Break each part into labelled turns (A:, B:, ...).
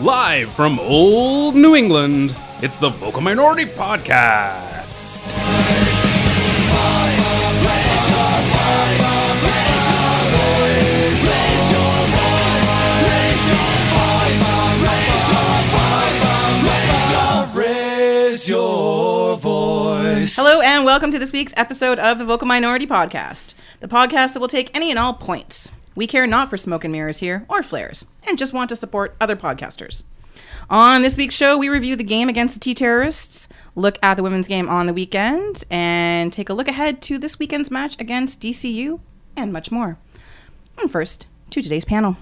A: Live from old New England, it's the Vocal Minority Podcast.
B: Hello, and welcome to this week's episode of the Vocal Minority Podcast, the podcast that will take any and all points. We care not for smoke and mirrors here or flares, and just want to support other podcasters. On this week's show, we review the game against the T Terrorists, look at the women's game on the weekend, and take a look ahead to this weekend's match against DCU, and much more. And first, to today's panel.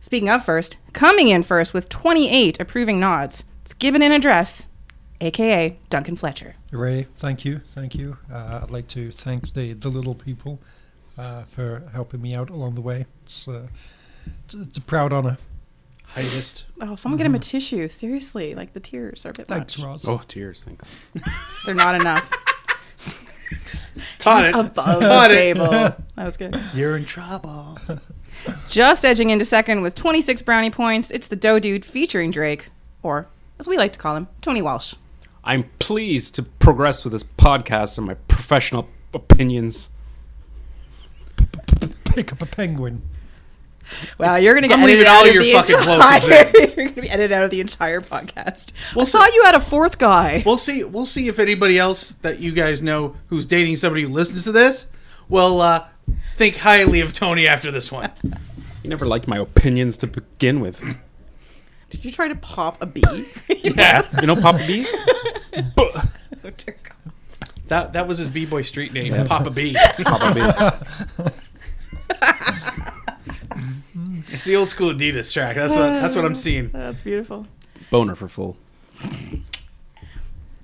B: Speaking of first, coming in first with 28 approving nods, it's Gibbon in Address, aka Duncan Fletcher.
C: Ray, thank you, thank you. Uh, I'd like to thank the, the little people uh, for helping me out along the way. It's, uh, it's, it's a proud honour.
A: Highest.
B: Oh, someone get him a
D: Mm-hmm.
B: tissue. Seriously, like the tears are a bit
C: Thanks,
B: much.
C: Roz.
A: Oh, tears. Thank
B: They're not enough.
D: Caught it.
B: Above the table. That was good.
D: You're in trouble.
B: Just edging into second with 26 brownie points. It's the Doe Dude featuring Drake, or as we like to call him, Tony Walsh.
A: I'm pleased to progress with this podcast and my professional opinions.
C: Pick up a penguin.
B: Wow, you're gonna get
D: I'm leaving
B: edited
D: all
B: out of
D: your
B: the
D: fucking
B: entire, You're gonna be edited out of the entire podcast. Well, I
D: so-
B: thought you had a fourth guy.
D: We'll see. We'll see if anybody else that you guys know who's dating somebody who listens to this will uh, think highly of Tony after this one.
A: You never liked my opinions to begin with.
B: Did you try to pop a bee?
A: Yeah. You know Papa Bees? Buh.
D: That that was his b boy street name, Papa B.
A: Papa Bee.
D: It's the old school Adidas track. That's what that's what I'm seeing.
B: That's beautiful.
A: Boner for full.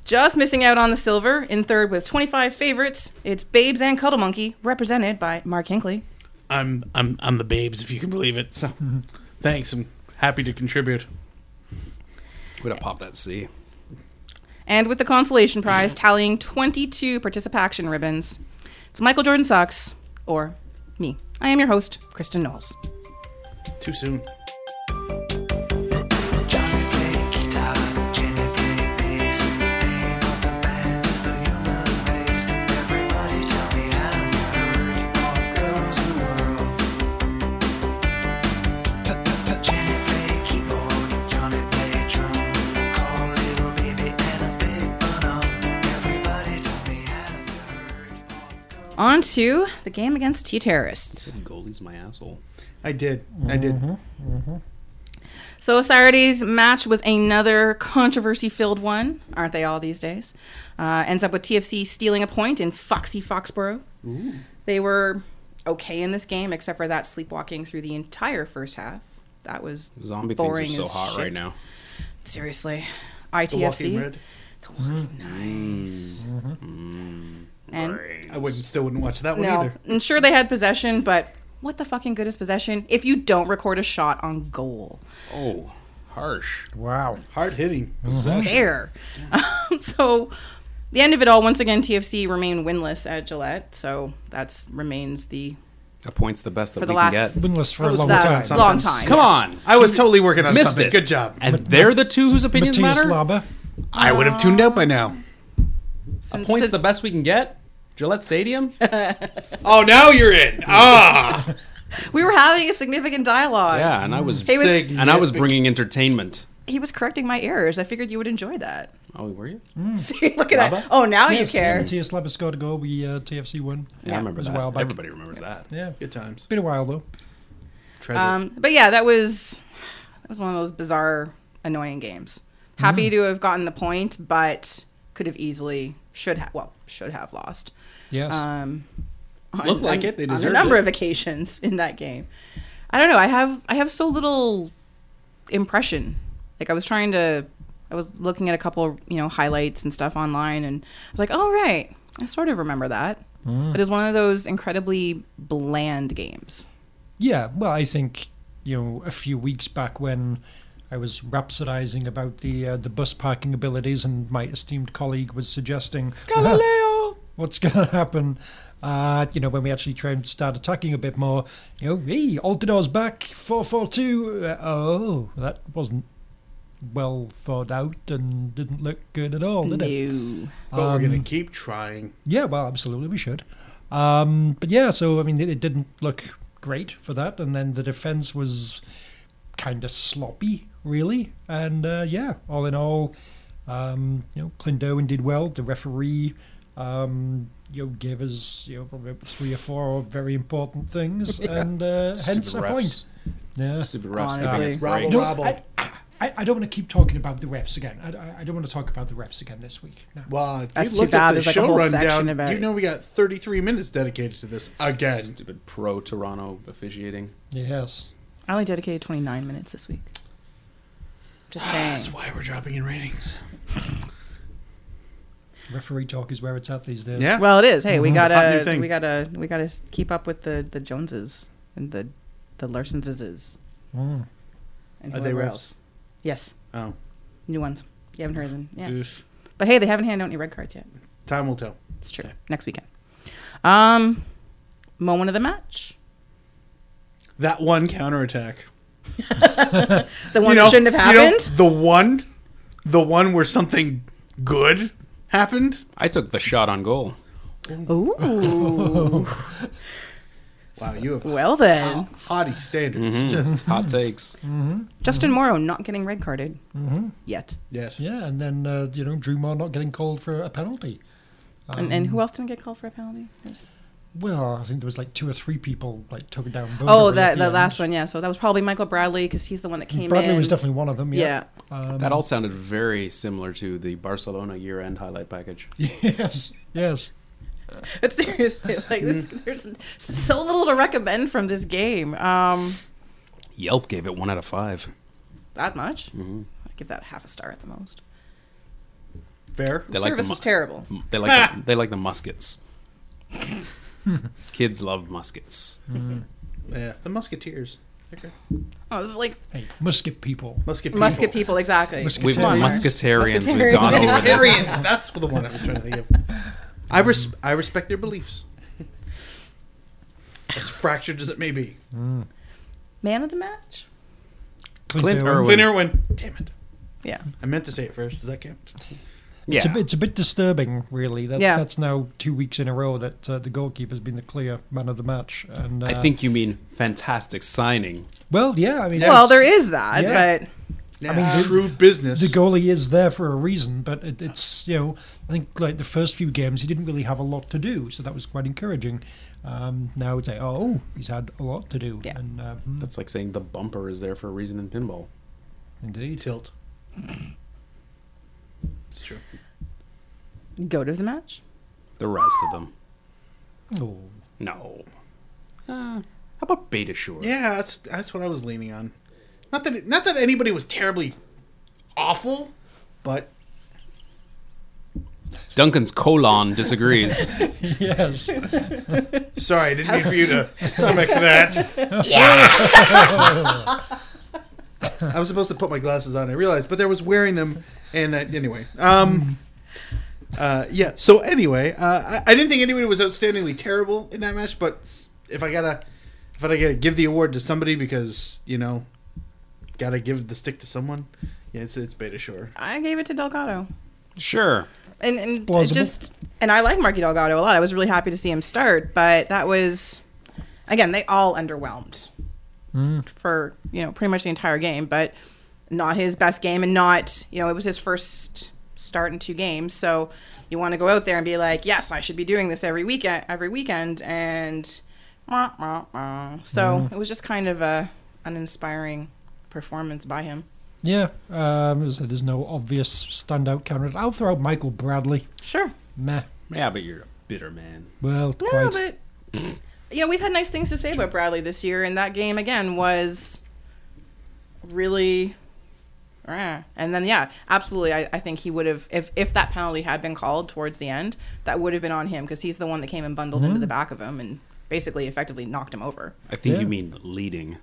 B: Just missing out on the silver in third with 25 favorites. It's Babes and Cuddle Monkey, represented by Mark Hinkley.
D: I'm I'm I'm the babes if you can believe it. So thanks. I'm happy to contribute.
A: We'd have popped that C.
B: And with the consolation prize, tallying 22 participation ribbons, it's Michael Jordan Sucks, or me. I am your host, Kristen Knowles.
D: Too soon.
E: Johnny played guitar, Jenny played bass. Name of the band is the human race. Everybody tell me have you heard all girls the world? Jenny played keyboard, Johnny played drum. Call little baby and a big bun Everybody tell me have you heard
B: On to the game against T terrorists.
A: Goalie's my asshole.
D: I did. I did.
B: So Saturday's match was another controversy-filled one, aren't they all these days? Uh, ends up with TFC stealing a point in Foxy Foxborough. They were okay in this game, except for that sleepwalking through the entire first half. That was
A: Zombie
B: boring
A: things are so
B: as
A: hot right
B: shit.
A: now.
B: Seriously,
D: The Walking
B: ITFC.
D: Red.
C: Mm-hmm.
B: Nice.
A: Mm-hmm.
B: And
D: I wouldn't still wouldn't watch that one
B: no,
D: either.
B: I'm sure they had possession, but what the fucking good is possession if you don't record a shot on goal?
A: Oh, harsh.
C: Wow.
D: Hard hitting.
B: There. Um, so the end of it all, once again, TFC remained winless at Gillette, so that's remains the
A: That point's the best that
B: For the
A: we can
B: last-
A: get.
C: Been us for a
D: was
C: long
D: that
C: time.
B: that's
D: something.
B: long time.
A: Come
B: yes.
A: on.
D: I was totally working on
A: Missed
D: something.
A: it.
D: Good job.
A: And they're the two whose opinions
C: Matthias
A: matter.
C: Laba.
D: I would have tuned out by now.
B: Since-
A: Points
B: since-
A: the best we can get. Gillette Stadium.
D: Oh, now you're in. Ah,
B: We were having a significant dialogue.
A: yeah, and I was,
B: He was-
A: and I was bringing entertainment.
B: He was correcting my errors. I figured you would enjoy that.
A: Oh, were you?
B: See, look at
A: Lava?
B: that. Oh, now
C: Yes,
B: you care.
C: Matthias Laba scored a goal. We uh, TFC won.
A: Yeah, I remember
C: was a
A: that.
C: while back.
A: Everybody remembers that.
C: Yeah.
D: good times.
C: Been a while though.
D: Treasure.
B: Um, but yeah, that was that was one of those bizarre, annoying games. Happy
D: Mm.
B: to have gotten the point, but could have easily should have well should have lost.
C: Yes.
B: Um,
D: Looked like it. They
B: on a
D: deserved
B: number
D: it.
B: of occasions in that game. I don't know. I have I have so little impression. Like I was trying to, I was looking at a couple you know highlights and stuff online, and I was like, oh right, I sort of remember that.
D: Mm.
B: But it's one of those incredibly bland games.
C: Yeah, well, I think you know a few weeks back when I was rhapsodizing about the uh, the bus parking abilities, and my esteemed colleague was suggesting Galileo, what's going to happen? Uh, you know, when we actually try and start attacking a bit more, you know, hey, Altidore's back, four four two. Oh, Uh, that wasn't well thought out and didn't look good at all, did it?
B: No.
D: But we're
B: Um,
D: gonna keep trying.
C: Yeah, well, absolutely, we should. Um, but yeah, so I mean, it, it didn't look great for that, and then the defense was kind of sloppy, really. And uh, yeah, all in all, um, you know, Clindowen did well. The referee, um, you know, gave us you know probably three or four very important things, and uh, hence a
A: Stupid refs.
C: point. Yeah.
A: Stupid refs
B: Honestly.
A: giving us
D: Robble,
A: breaks.
C: No,
D: Robble.
C: I, I, I don't want to keep talking about the refs again. I, I, I don't want to talk about the refs again this week. No.
D: Well, if
B: That's
D: you
B: too
D: looked
B: bad.
D: at the
B: There's, like, a
D: show
B: whole section
D: rundown.
B: about
D: you
B: it.
D: know we got 33 minutes dedicated to this again.
A: Stupid pro Toronto officiating.
C: Yes.
B: I only dedicated 29 minutes this week. Just saying.
D: why we're dropping in ratings.
C: Referee talk is where it's at these days.
D: Yeah.
B: Well, it is. Hey, we
D: Mm-hmm. Hot new
B: gotta,
D: thing.
B: we gotta, we gotta s- keep up with the the Joneses and the the Larsonses
C: Mm.
B: and
D: Are they
B: whoever
D: refs?
B: else. Yes,
D: Oh,
B: new ones. You haven't heard of them, yeah.
D: Oof.
B: But hey, they haven't handed out any red cards yet.
D: time will tell.
B: It's true.
D: Okay.
B: Next weekend. Um, moment of the match.
D: That one counterattack.
B: The one that shouldn't have
D: you know,
B: happened.
D: the one, the one where something good happened.
A: I took the shot on goal.
B: Ooh.
D: Wow, you have
B: well then,
D: hottie standards.
B: Mm-hmm.
D: Just
A: Hot takes.
B: Justin Morrow not getting red carded
D: Mm-hmm.
B: yet.
D: yes.
C: Yeah, and then uh, you know Drew Moore not getting called for a penalty.
D: Um,
B: and, and who else didn't get called for a penalty? There's-
C: Well, I think there was like two or three people like took down.
B: Oh, that that last one, yeah. So that was probably Michael Bradley because he's the one that came
C: Bradley
B: in.
C: was definitely one of them. Yeah. Um,
A: That all sounded very similar to the Barcelona year-end highlight package.
C: yes. Yes.
B: But seriously, like this,
C: Mm.
B: there's so little to recommend from this game. Um,
A: Yelp gave it one out of five.
B: that much?
A: Mm-hmm.
B: I give that half a star at the most.
D: Fair.
A: They like the
B: Service
A: mu-
B: was terrible.
A: They like the, they like the muskets. Kids love muskets.
D: Yeah. The Musketeers. Okay.
B: Oh, this is like
C: Hey, musket people.
D: Musket people.
B: musket people, exactly.
C: Musket-
A: We've
C: Come on, Mars.
A: musketerians. We've
B: Musketerians.
A: gone over this.
D: Musketeers. That's the one I was trying to think of. I, res- I respect their beliefs. As fractured as it may be.
B: Man of the match?
A: Clint
C: Eastwood.
A: Irwin.
D: Lynn Irwin. Damn it.
B: Yeah.
D: I meant to say it first. Does that count?
A: Yeah.
C: It's a bit, it's a bit disturbing, really. That,
B: Yeah.
C: That's now two weeks in a row that uh, the goalkeeper's been the clear man of the match. And uh,
A: I think you mean fantastic signing.
C: Well, yeah. I mean,
B: Well,
C: it's-
B: there is that,
C: Yeah.
B: but
D: Yeah.
C: mean, the-
D: shrewd business.
C: the goalie is there for a reason, but it, it's you know I think like the first few games he didn't really have a lot to do, so that was quite encouraging. Um, now it's like oh he's had a lot to do,
B: Yeah.
C: and uh, hmm,
A: That's like saying the bumper is there for a reason in pinball.
C: indeed
D: tilt. It's true.
B: go to the match?
A: The rest of them,
C: oh,
A: no. Uh, how about Beta Shore?
D: Yeah, that's that's what I was leaning on. Not that it, not that anybody was terribly awful, but
A: Duncan's colon disagrees.
C: yes,
D: sorry, I didn't mean for you to stomach that. Yeah. I was supposed to put my glasses on. I realized, but I was wearing them, and uh, anyway, um, uh, yeah. So anyway, uh, I, I didn't think anybody was outstandingly terrible in that match, but s- if I gotta, if I gotta give the award to somebody because you know, gotta give the stick to someone. Yeah, it's it's Beta Shore.
B: I gave it to Delgado.
A: sure.
B: and, and
C: Plausible.
B: just and I like Marky Delgado a lot. I was really happy to see him start, but that was again they all underwhelmed for you know pretty much the entire game, but not his best game, and not you know it was his first start in two games, so you want to go out there and be like, yes, I should be doing this every weekend, every weekend, and wah, wah, wah. so it was just kind of a uninspiring performance by him.
C: yeah. Um, as I said, there's no obvious standout candidate. I'll throw out Michael Bradley.
B: Sure.
C: Meh.
A: Yeah, but you're a bitter man.
C: Well,
B: No,
C: quite.
B: but you know we've had nice things to say about Bradley this year, and that game again was really. eh. And then yeah, absolutely. I, I think he would have if if that penalty had been called towards the end, that would have been on him because he's the one that came and bundled into the
C: Mm-hmm.
B: back of him and basically effectively knocked him over.
A: I think
C: Yeah.
A: you mean leading.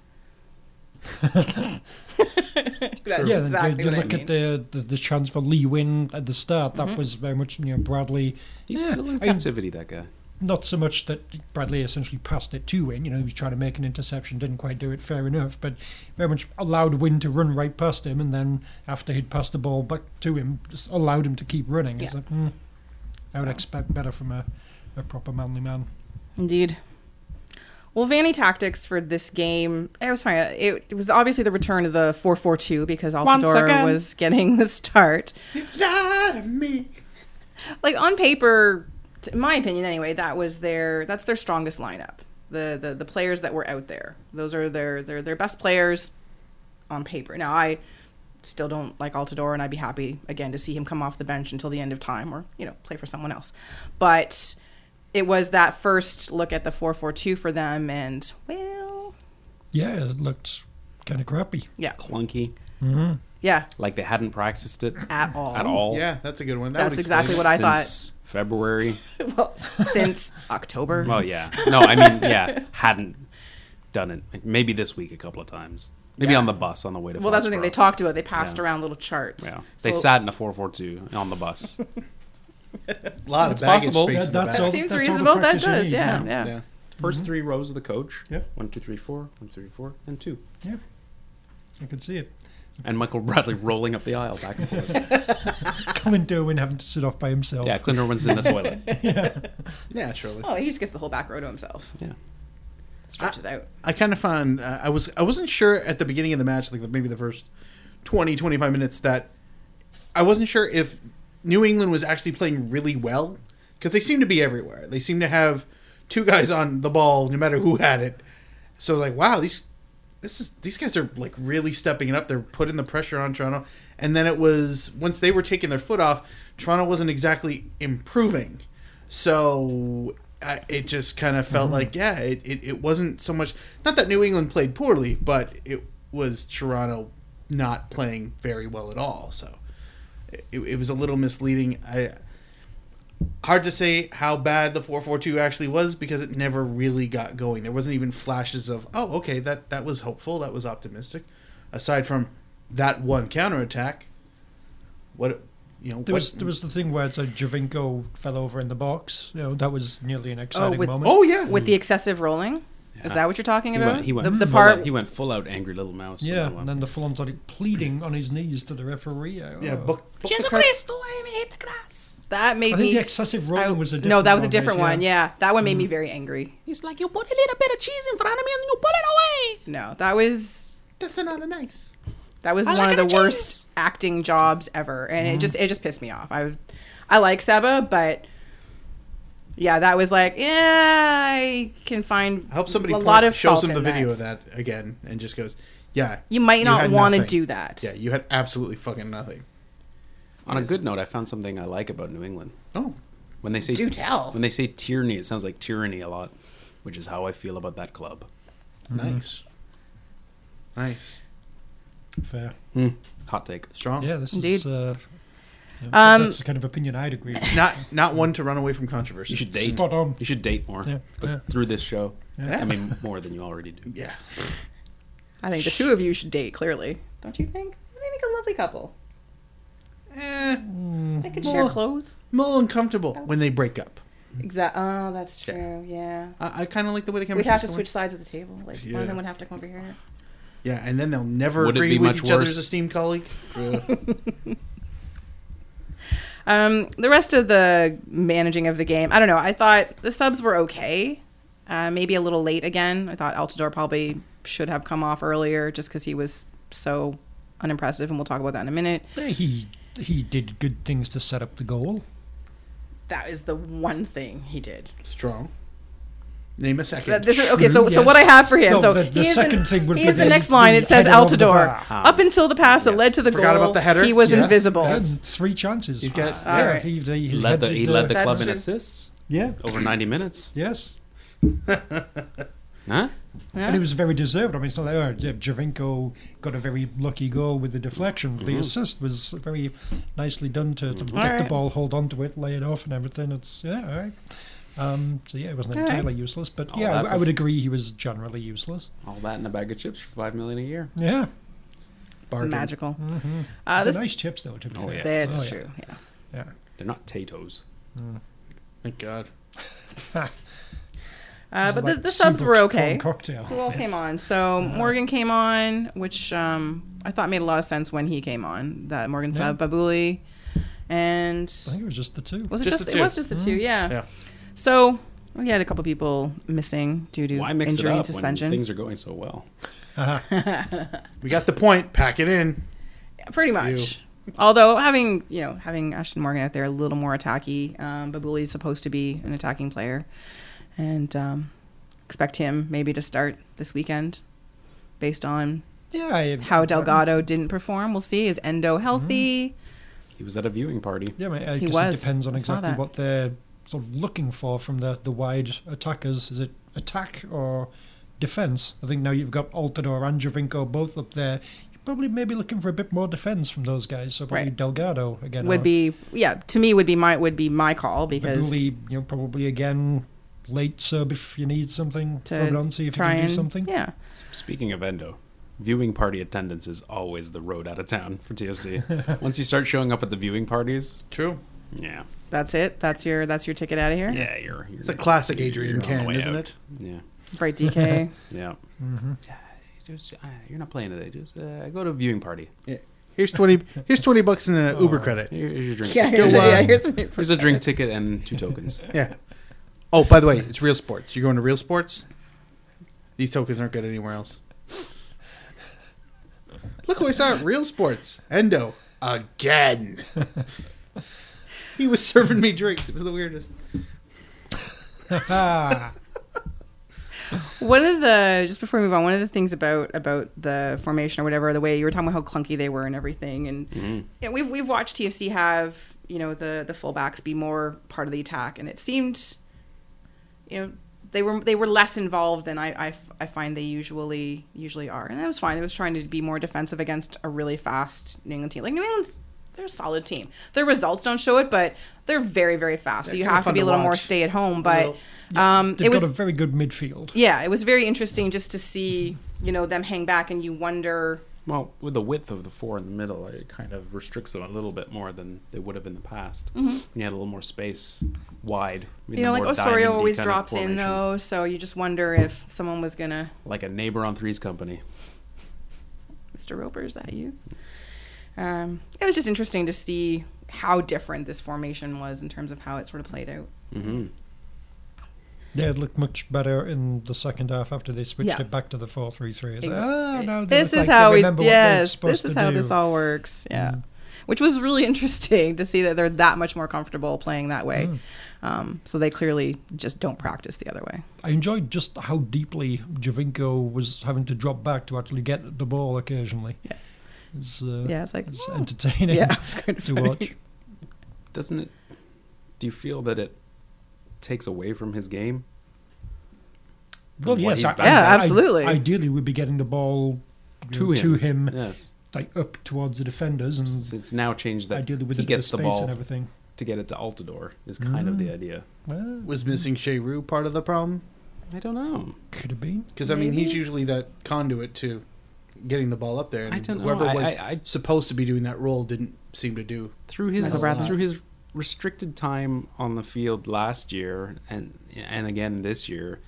B: That's
C: yeah, then
B: exactly
C: you, you
B: what
C: look
B: I mean. Mm-hmm.
C: at the, the the chance for Lee Win at the start. That was very much you know Bradley.
A: He's
C: Yeah,
A: still in
C: I mean,
A: captivity, that guy.
C: not so much that Bradley essentially passed it to Wynn. You know, he was trying to make an interception, didn't quite do it, fair enough. But very much allowed Wynn to run right past him, and then after he'd passed the ball back to him, just allowed him to keep running. It's
B: Yeah.
C: like, hmm, I would
B: So.
C: expect better from a, a proper manly man.
B: Indeed. Well, Vanny tactics for this game, I was fine. It, it was obviously the return of the 442 because
A: Once
B: Altador
A: again.
B: was getting the start.
D: Lie to me.
B: Like on paper, t- in my opinion anyway, that was their that's their strongest lineup. The, the the players that were out there. Those are their their their best players on paper. Now, I still don't like Altador, and I'd be happy again to see him come off the bench until the end of time, or you know, play for someone else. But it was that first look at the four four two for them, and well,
C: Yeah, it looked kind of crappy.
B: yeah,
A: Clunky.
B: yeah,
A: Like they hadn't practiced it
B: at all,
A: at all.
D: Yeah, that's a good one. That
B: That's
D: would
B: exactly
D: explain
B: what I
A: since February.
B: thought. Well, since October,
A: Well, yeah. No, I mean, yeah, hadn't done it. Maybe this week a couple of times. Maybe
B: Yeah.
A: on the bus on the way to.
B: well, that's the thing they
A: Foxborough.
B: talked about. They passed
A: Yeah.
B: around little charts.
A: Yeah, they
B: So-
A: sat in a four four two on the bus.
D: it. A lot of baggage
A: possible. That-
D: space in the
C: that's
D: back.
C: all-
B: Seems
C: the
B: reasonable. That
C: practice you
B: does,
C: need,
B: yeah, yeah,
C: yeah.
D: Yeah.
A: 1st three rows of the coach.
C: Yep.
A: One, two, three, four. One, two, three, four, and two.
C: Yeah, I could see it.
A: And Michael Bradley rolling up the aisle back and forth.
C: Colin Derwin having to sit off by himself.
A: yeah, Clint Irwin's in the toilet.
D: Naturally.
B: Oh, he just gets the whole back row to himself.
A: Yeah.
B: Stretches
C: Ah.
B: out.
D: I kind of found uh, I was I wasn't sure at the beginning of the match, like the, maybe the first 20, 25 minutes, that I wasn't sure if New England was actually playing really well because they seem to be everywhere. They seem to have two guys on the ball, no matter who had it. So I was like, wow, these this is these guys are like really stepping it up. They're putting the pressure on Toronto, and then it was once they were taking their foot off, Toronto wasn't exactly improving. So I, it just kind of felt like, yeah, it, it, it wasn't so much. Not that New England played poorly, but it was Toronto not playing very well at all. So it, it was a little misleading. I hard to say how bad the 442 actually was because it never really got going. There wasn't even flashes of, oh, okay, that that was hopeful, that was optimistic. Aside from that one counterattack, what you know,
C: There
D: what-
C: was, there was the thing where it's like Javinko fell over in the box. You know, that was nearly an
B: Oh,
C: exciting
B: with
C: moment.
D: oh yeah,
B: with the excessive rolling. Is that what you're talking
A: He
B: about?
A: went. He went.
B: the, the
A: full
B: part.
A: Out, he went full out angry little uh, mouse. on
C: Yeah,
A: that one.
C: and then the full-on started pleading on his knees to the referee. Oh.
D: yeah, book, book the
B: Jesus
D: card-
B: That made
C: I think
B: me.
C: the excessive
B: s-
C: rolling was a
B: no.
C: different
B: That was a
C: one,
B: different
C: right? Mm.
B: one. Yeah. that one made me very angry.
F: It's like you put a little bit of cheese in front of me and you put it away.
B: No, that was
D: That's not nice.
B: that was one
F: like
B: of the
F: it,
B: worst acting jobs ever, and
C: Mm.
B: it just it just pissed me off. I was- I like Seba, but yeah, that was like yeah, I can find
D: I hope somebody
B: a
D: point-
B: lot of
D: shows
B: fault
D: them the
B: in
D: video of that again and just goes, yeah,
B: You might not
D: had
B: want to
D: nothing."
B: do that.
D: Yeah, you had absolutely fucking nothing.
A: On a good note, I found something I like about New England.
D: Oh,
A: When they say
B: Do tell.
A: When they say tyranny, it sounds like tyranny a lot, which is how I feel about that club.
C: Mm-hmm.
D: nice, nice,
C: Fair.
A: Hot take.
D: strong.
C: Yeah, this is.
B: Indeed.
C: Uh, yeah,
B: Um,
C: that's the kind of opinion I'd agree with.
D: Not not one to run away from controversy.
A: You should date.
C: Spot on.
A: You should date more.
C: Yeah,
A: Go
C: yeah.
A: Through this show.
D: Yeah.
A: I mean, more than you already do.
D: Yeah.
B: I think the two of you should date. Clearly, don't you think? They make a lovely couple.
D: Eh,
B: They could share
D: Well-
B: clothes.
D: I'm a little uncomfortable when they break up.
B: Exactly. Oh, that's
D: Yeah.
B: true. yeah.
D: I, I kind of like the way the
B: We'd
D: chemistry.
B: have to switch sides of the table. Like one
D: Yeah.
B: of them would have to come over here.
D: Yeah, and then they'll never
A: Would it
D: agree
A: be
D: with
A: much
D: each other's
A: worse?
D: esteemed colleague.
B: Um, the rest of the managing of the game, I don't know. I thought the subs were okay. Uh, maybe a little late again. I thought Altidore probably should have come off earlier just because he was so unimpressive, and we'll talk about that in a minute.
C: Yeah, he he did good things to set up the goal.
B: That is the one thing he did.
D: Strong. Name a second.
B: That- this is-
C: True,
B: okay, so so
C: yes.
B: what I have for him.
C: No,
B: so
C: the- the
B: he is
C: second
B: the,
C: thing would
B: he
C: be
B: is the
C: the-
B: next line.
C: the
B: It says
C: header over the
B: Altidore.
C: bar.
B: Up until the pass that led to the
D: Forgot
B: goal,
D: about the header.
B: he was
D: Yes.
B: invisible.
C: Yeah, three chances.
D: He's got-
B: All
D: yeah.
B: right.
C: He, he,
A: He led the, he
C: headed,
A: led
C: uh,
A: the
B: That's
A: club in
B: true.
A: assists
C: Yeah.
A: over 90 minutes.
C: Yes.
A: Huh?
C: And it was very deserved. I mean, it's not like, oh, J- Javinko got a very lucky goal with the deflection.
A: Mm-hmm.
C: The assist was very nicely done to, to get the
B: right.
C: ball, hold on to it, lay it off, and everything. It's, yeah, all right. Um, so, yeah, it wasn't
B: All right.
C: entirely useless, but
A: All
C: yeah, I,
A: that
C: w-
A: for-
C: I would agree he was generally useless.
A: All that in a bag of chips for five million a year.
C: Yeah.
D: Bargain.
B: Magical. Uh,
C: They're
B: this,
C: Mm-hmm. nice chips, though, to be
A: Oh,
C: fair.
A: yes.
B: That's
C: Oh, yeah.
B: true. Yeah.
C: Yeah.
A: They're not tatoes.
D: Thank God.
B: Uh, but the,
C: Like
B: the subs were
C: Seabrook's
B: okay.
C: prawn Cocktail.
B: Who all came on? So Morgan came on, which um, I thought made a lot of sense when he came on. That Morgan sub Babuli, and
C: I think it was just the two.
B: was it
A: Just the
B: just, it
A: two. Mm-hmm.
B: was just the two? Yeah.
D: Yeah.
B: So we had a couple people missing due to
A: Why mix
B: injury
A: it
B: and
A: up when
B: suspension.
A: things are going so well?
D: We got the point. Pack it in.
B: pretty much. Although having you know having Ashton Morgan out there a little more attacky, um, Babuli is supposed to be an attacking player, and um, expect him maybe to start this weekend, based on
C: Yeah. I,
B: how Delgado didn't perform. We'll see. Is Endo healthy?
C: Mm-hmm.
A: He was at a viewing party.
C: Yeah, mate, I
B: He
C: guess
B: was.
C: it depends on
B: I saw
C: exactly
B: that.
C: what they're sort of looking for from the, the wide attackers. Is it attack or defence? I think now you've got Altador and Jovinko both up there. You probably may be looking for a bit more defence from those guys. So probably
B: Right.
C: Delgado again.
B: Would
C: or
B: be yeah. To me, would be my would be my call because
C: Babuli, you know, probably again late sub if you need something.
B: to
C: throw it on, see if you
B: try
C: can
B: and
C: do something.
B: yeah.
A: Speaking of Endo, viewing party attendance is always the road out of town for TSC. Once you start showing up at the viewing parties,
D: True.
A: yeah,
B: That's it. That's your that's your ticket out of here.
A: yeah, you're. you're
D: It's a classic Adrian Ken, isn't it?
A: Yeah,
B: Bright DK.
A: yeah.
B: Mm-hmm.
A: Yeah, Just, uh, you're not playing today. Just uh, go to a viewing party.
D: Yeah. Here's twenty. Here's twenty bucks in an Uber credit.
A: Here- Oh. Here's your drink.
B: yeah,
A: ticket.
B: here's a,
D: Go,
B: yeah,
D: uh,
B: here's a,
A: Here's a drink ticket and two tokens.
D: Yeah. Oh, by the way, it's Real Sports. You're going to Real Sports. These tokens aren't good anywhere else. Look who I saw at Real Sports. Endo again. he was serving me drinks. It was the weirdest.
B: One of the just before we move on, one of the things about about the formation or whatever, the way you were talking about how clunky they were and everything, and yeah, we've we've watched TFC have you know the the fullbacks be more part of the attack, and it seemed, you know, they were they were less involved than I I, f- I find they usually usually are, and that was fine. They was trying to be more defensive against a really fast New England team. Like New England's, they're a solid team. Their results don't show it, but they're very very fast. so
D: They're
B: you
D: kinda
B: have to
D: fun
B: be a
D: to
B: little more
D: watch.
B: stay at home, but.
D: little-
B: Um,
C: They've
B: it was
C: got a very good midfield.
B: yeah, it was very interesting just to see, you know, them hang back and you wonder
A: Well, with the width of the four in the middle, it kind of restricts them a little bit more than they would have in the past. When you had a little more space wide.
B: Mm-hmm. you know, like Osorio always drops in though, so you just wonder if someone was gonna
A: Like a neighbor on Three's Company.
B: Mr. Roper, is that you? Um, it was just interesting to see how different this formation was in terms of how it sort of played out.
C: Yeah, it looked much better in the second half after they switched
B: Yeah.
C: it back to the four three three. It's like,
B: Exactly.
C: ah, now they
B: this
C: look
B: is
C: like they
B: how we
C: remember what they're
B: yes,
C: supposed
B: this is
C: to
B: how
C: do. Mm.
B: this all works. Yeah. Which was really interesting to see that they're that much more comfortable playing that way.
C: Mm.
B: Um, so they clearly just don't practice the other way.
C: I enjoyed just how deeply Javinko was having to drop back to actually get the ball occasionally. Yeah, it's, uh,
B: Yeah, it's like,
C: it's
B: "Oh."
C: entertaining
B: Yeah, it was kind of
C: to
B: funny.
C: watch.
A: Doesn't it? Do you feel that it takes away from his game?
C: Well,
A: what
C: yes,
A: he's
C: I,
A: best
B: Yeah,
C: I-
B: at. absolutely.
C: ideally, we'd be getting the ball
A: To him.
C: Mm, to him,
A: Yes.
C: like up towards the defenders, and
A: It's, it's now changed that
C: ideally with
A: he
C: a bit of
A: gets the
C: space
A: ball
C: and everything. Mm.
A: to get it to Altador is kind of the idea.
C: Well,
D: Was missing Sheru part of the problem?
A: I don't know.
C: could have been.
D: Because I mean, he's usually that conduit to getting the ball up there. And
A: I don't know.
D: whoever
A: I-
D: was
A: I- I-
D: supposed to be doing that role didn't seem to do.
A: through
B: Michael
A: his
B: Bradley.
A: through his restricted time on the field last year and and again this year,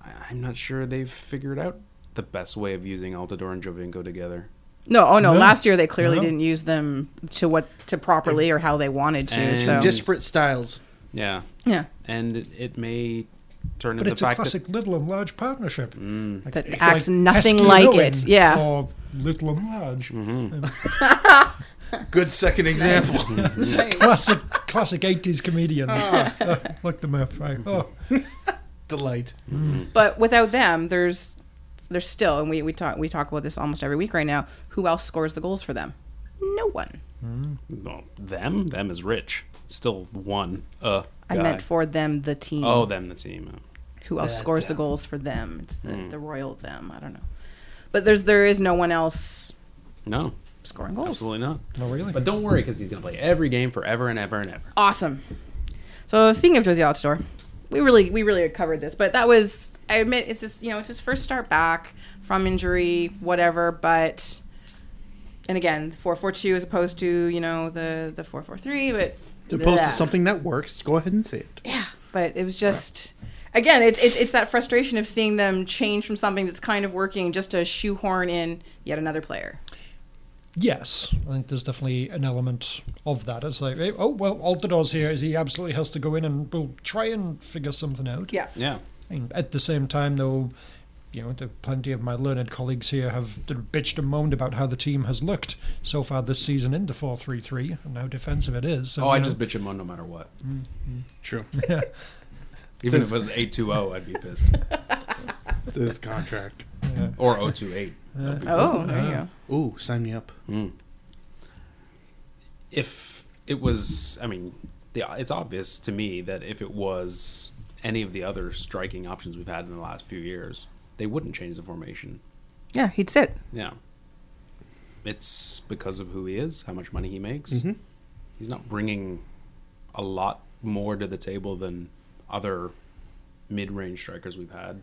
A: I, I'm not sure they've figured out the best way of using Altador and Jovinko together.
B: No, oh no.
C: No.
B: Last year they clearly
C: No.
B: didn't use them to what to properly or how they wanted to.
A: And
B: so
A: just-
D: Disparate styles.
A: Yeah,
B: yeah,
A: and it, it may turn
C: But
A: into
C: it's
A: the
C: a
A: fact
C: classic little and large partnership. Like,
B: That
C: it's
B: acts nothing like
C: Esquire
B: it,
C: Owen
B: yeah.
C: Or little and large.
D: Good second example.
C: Oh. Classic, classic 80s comedians. Uh, look them up. Right. Oh,
D: Delight.
B: but without them, there's there's still, and we we talk we talk about this almost every week right now. Who else scores the goals for them? No one.
A: that well, them them is rich. Still one. Uh,
B: I
A: guy.
B: meant for them, the team.
A: oh them the team.
B: who else scores the goals for them? It's the,
A: Hmm.
B: the royal them. I don't know, but there's there is no one else
A: No,
B: scoring goals.
A: absolutely not.
C: no, really?
A: But don't worry because he's gonna play every game forever and ever and ever.
B: awesome. So speaking of Josie Altidore, we really we really covered this, but that was I admit it's his you know it's his first start back from injury, whatever. But and again, four four two as opposed to you know the the four four three, but
D: opposed
B: Blah.
D: to something that works, go ahead and say it.
B: yeah, But it was just again, it's it's it's that frustration of seeing them change from something that's kind of working just to shoehorn in yet another player.
C: Yes, I think there's definitely an element of that. It's like, eh, oh well, Altador's here. He absolutely has to go in, and we'll try and figure something out.
B: Yeah.
A: Yeah.
C: And at the same time, though, you know, there are plenty of my learned colleagues here have d- bitched and moaned about how the team has looked so far this season in the four-three-three, and how defensive it is. So,
A: Oh, I
C: you
A: just
C: know,
A: bitch him on no matter what.
C: Mm.
D: True.
A: Even if it was 820, I'd be pissed.
D: this contract.
A: Or 028. That'd be cool.
B: Oh, there you go.
D: Ooh, sign me up.
C: Mm.
A: If it was, I mean, the, it's obvious to me that if it was any of the other striking options we've had in the last few years, they wouldn't change the formation.
B: Yeah, he'd sit.
A: Yeah. It's because of who he is, how much money he makes. He's not bringing a lot more to the table than other mid-range strikers we've had.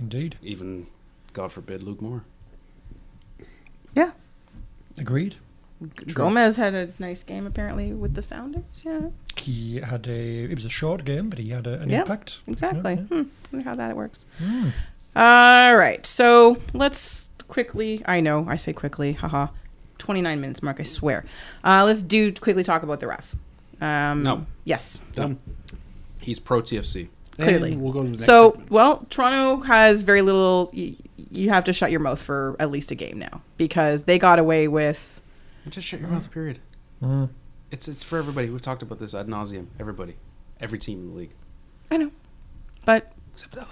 C: indeed,
A: Even, God forbid, Luke Moore.
B: Yeah.
C: agreed.
B: Gomez had a nice game apparently with the Sounders. Yeah.
C: He had a. It was a short game, but he had a, an
B: Yep,
C: impact.
B: Exactly.
C: Yeah, yeah.
B: Hmm. Wonder how that works. All right. So let's quickly. I know. I say quickly. Haha. Twenty nine minutes mark. I swear. Uh, let's do quickly talk about the ref. Um,
A: No.
B: Yes.
D: Done.
A: He's pro TFC.
B: Clearly.
D: And we'll go to the next
B: so
D: segment.
B: well, Toronto has very little. You, you have to shut your mouth for at least a game now because they got away with.
A: Just shut your mouth. Period.
C: Mm.
A: It's it's for everybody. We've talked about this ad nauseum. Everybody, every team in the league
B: I know, but
A: except LA.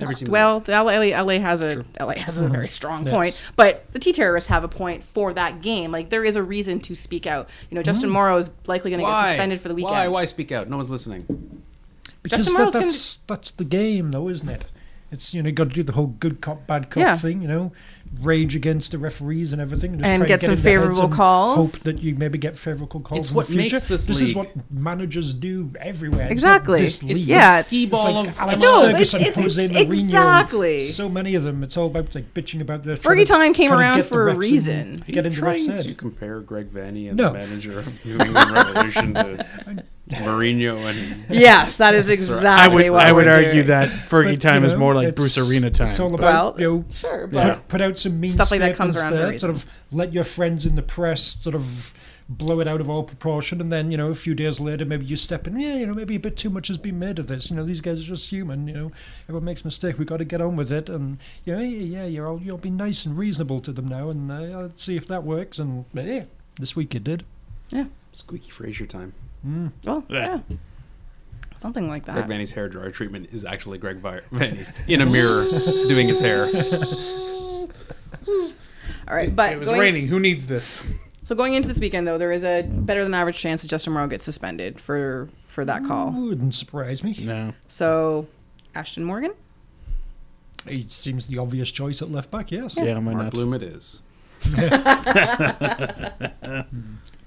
A: Every team. in the
B: Well, the LA, LA has a LA has a very strong point, but the T terrorists have a point for that game. Like there is a reason to speak out. You know, Justin Morrow is likely going
A: league.
B: to get suspended for the weekend.
A: Why? Why speak out? No one's listening.
C: Because
B: Justin
C: that,
B: Morrow's gonna
C: that's that's the game, though, isn't it? It's you know you got to do the whole good cop bad cop
B: Yeah.
C: thing, you know, rage against the referees and everything, just
B: And
C: try
B: get some
C: in their heads
B: favourable
C: and
B: calls.
C: Hope that you maybe get favorable calls.
A: It's
C: in
A: what
C: the future.
A: makes this
C: is
A: league-
C: what managers do everywhere.
B: Exactly.
C: It's not this
B: It's
C: league.
B: the Yeah.
A: skee
C: It's
A: ball
C: like
A: of-
C: Alex
B: No, it's-
C: Ferguson,
B: it's-
C: Jose
B: it's-
C: Mourinho,
B: exactly.
C: So many of them. It's all about like bitching about their.
B: Fergie time came around for a reason.
A: Are
C: Get
A: you
C: into
A: trying
C: ref's
A: to
C: head.
A: compare Greg Vanny and
C: No.
A: the manager of New England Revolution to Mourinho and
B: Yes, that is
A: right.
B: exactly
A: I
D: I would,
B: what
D: I would
B: we're
D: argue
B: doing.
D: that Fergie
C: But,
D: time
C: you
D: is
C: know,
D: more like
C: it's-
D: Bruce Arena time.
C: It's all about
B: Well,
C: you know,
B: sure,
C: put-
B: but-
C: put, out some mean
B: Stuff like that comes
C: statements
B: around for a
C: there, sort of let your friends in the press sort of blow it out of all proportion, and then you know a few days later maybe you step in, yeah, you know maybe a bit too much has been made of this. You know these guys are just human. You know everyone makes mistakes. We got to get on with it, and you know yeah, yeah, you're all you'll be nice and reasonable to them now, and uh, let's see if that works. And yeah, this week it did.
A: Squeaky Frazier time.
B: Well, yeah. Something like
A: Greg
B: that.
A: Vanny's hair dryer treatment is actually Greg Vi- Vanny in a mirror doing his hair.
B: All right, but
D: It was
B: going-
D: raining. Who needs this?
B: So going into this weekend though, there is a better than average chance that Justin Morrow gets suspended for for that call.
C: Wouldn't surprise me.
D: No.
B: So Ashton Morgan.
C: It seems the obvious choice at left back. Yes.
D: Yeah, why
A: Mark
D: not?
A: Bloom it is.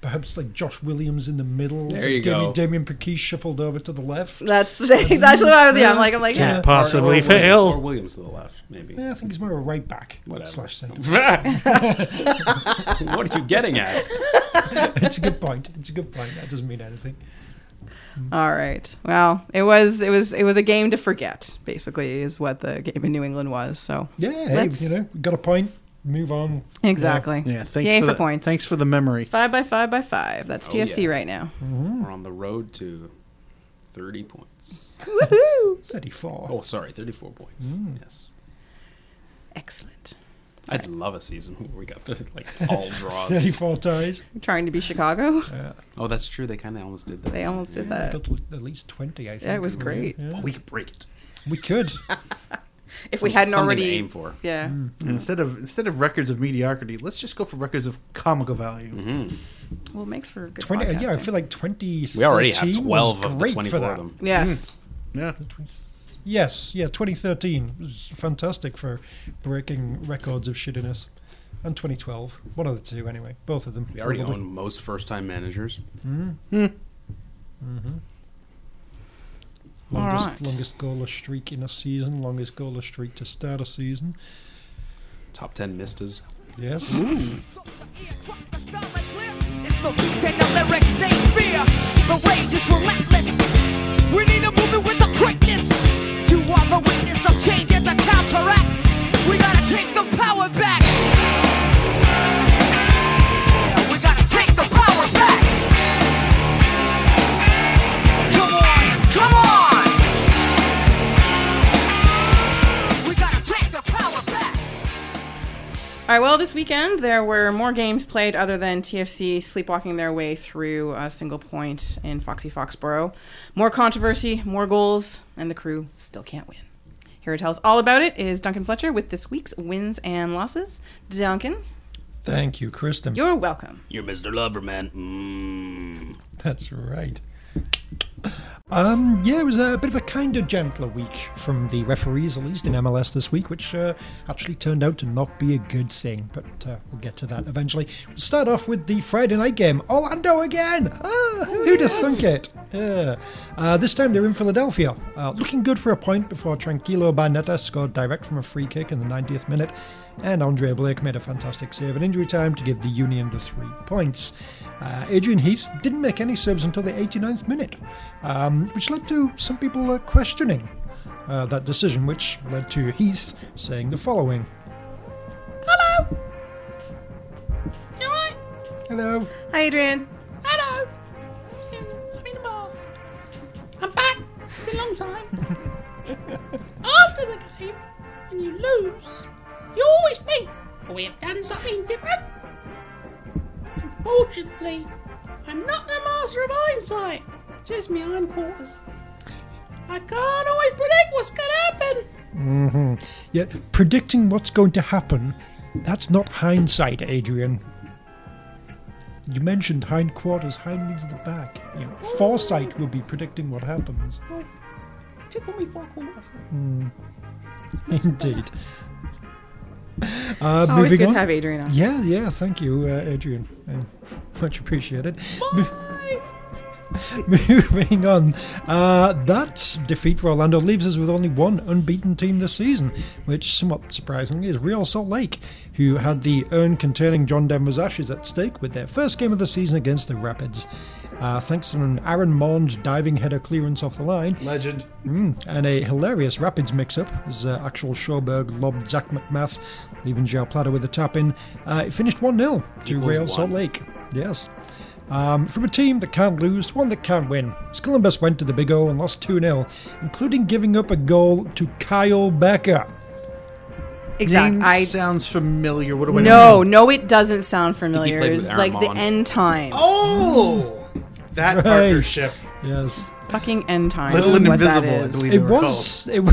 C: perhaps like Josh Williams in the middle.
A: There you
C: Damien,
A: go.
C: Damien Paquis shuffled over to the left.
B: That's exactly what I was. Oh, Yeah, I'm like, I'm like, yeah.
C: Yeah.
A: or,
D: Possibly
A: or Williams, or
D: fail.
A: Williams to the left, maybe.
C: Yeah, I think he's more a right back
A: Whatever.
C: slash centre.
A: what are you getting at?
C: it's a good point. It's a good point. That doesn't mean anything.
B: All right. Well, it was it was it was a game to forget. Basically, is what the game in New England was. So
C: Yeah, hey,
B: Let's-
C: you know, got a point. Move on.
B: exactly.
D: Yeah, thanks
B: Yay
D: for,
B: for,
D: the,
B: points.
D: Thanks for the memory.
B: Five by five by five. That's
A: Oh,
B: TFC
A: yeah.
B: right now.
A: We're on the road to 30 points.
B: Woohoo!
C: 34.
A: Oh, sorry, 34 points.
C: Hmm.
A: Yes.
B: Excellent.
A: I'd love a season where we got the like all draws.
C: 34 ties.
B: Trying to be Chicago.
A: oh, that's true. They kind of almost did that.
B: They almost did
C: We
B: that.
C: got to at least 20, I think.
B: Uh, Yeah, it was
C: Yeah.
B: great.
A: Well, we could break it.
C: We could.
B: If we hadn't
A: Something
B: already,
A: to aim for.
B: yeah.
D: Mm. Instead of instead of records of mediocrity, let's just go for records of comical value.
C: Mm-hmm.
B: Well, it makes for a good
C: 20,
B: podcasting.
C: yeah, I feel like 20.
A: We already have
C: 13 was
A: 12 of the
C: great for
A: 24
C: that.
A: of them.
B: Yes.
D: Yeah.
C: Yes, yeah, 2013 was fantastic for breaking records of shittiness. And 2012. One of the two, anyway. Both of them.
A: We already
C: probably.
A: own most first-time managers.
B: All
C: Longest,
B: right.
C: longest goalless streak in a season, longest goalless streak to start a season.
A: Top 10 misters.
C: Yes.
G: It's the beat and the lyrics they fear. The rage is relentless. We need a movement
B: All right. Well, this weekend there were more games played other than TFC sleepwalking their way through a single point in Foxy Foxborough. More controversy, more goals, and the crew still can't win. Here to tell us all about it is Duncan Fletcher with this week's wins and losses. Duncan,
C: Thank you, Kristen.
B: you're welcome.
A: You're Mr. Loverman. Mm.
C: That's right. Um, yeah, it was a bit of a kind of gentler week from the referees, at least in MLS this week, which uh, actually turned out to not be a good thing, but uh, we'll get to that eventually. We'll start off with the Friday night game. Orlando again! Ah, who'd have thunk it? Yeah. Uh, this time they're in Philadelphia. Uh, looking good for a point before Tranquilo Barnetta scored direct from a free kick in the 90th minute, and Andre Blake made a fantastic save in injury time to give the Union the three points. Uh, Adrian Heath didn't make any saves until the 89th minute, um, which led to some people uh, questioning uh, that decision, which led to Heath saying the following
F: Hello. You alright?
C: Hello.
B: Hi, Adrian.
F: Hello. Yeah, I'm in the bath. I'm back. It's been a long time. After the game, when you lose, you always think, "Oh, we have done something different. Unfortunately, I'm not the master of hindsight, just my own quarters. I can't always predict what's going to happen.
C: Yeah, Mm-hmm. predicting what's going to happen, that's not hindsight, Adrian. You mentioned hind quarters, hind means the back. You know, foresight will be predicting what happens.
F: Tickle me four quarters.
C: Indeed. Uh,
B: Always
C: moving
B: good
C: on.
B: to have Adrian on.
C: Yeah, yeah, thank you, uh, Adrian. Uh, much appreciated.
F: Bye.
C: Moving on, uh, that defeat for Orlando leaves us with only one unbeaten team this season, which, somewhat surprisingly, is Real Salt Lake, who had the urn containing John Denver's ashes at stake with their first game of the season against the Rapids. Uh, thanks to an Aaron Maund diving header clearance off the line,
D: Legend.
C: Mm, and a hilarious Rapids mix up as uh, actual Schoberg lobbed Zach McMath, leaving Joe Plata with a tap in. Uh, it finished 1 0 to
A: Equals
C: Rail Salt
A: one.
C: Lake. Yes. Um, from a team that can't lose to one that can't win, as Columbus went to the Big O and lost 2 0, including giving up a goal to Kyle Becker.
B: Exactly.
D: Name
B: I
D: sounds familiar. What do I
B: no, no, it doesn't sound familiar.
A: played with
B: It's like the
A: Aramond.
B: end time,
D: Oh, that
C: Right.
D: partnership.
C: Yes.
B: fucking end time.
D: Little
B: is
D: and
B: what that
D: invisible, I
B: is.
D: believe.
C: It
D: they were
C: was, it, wa-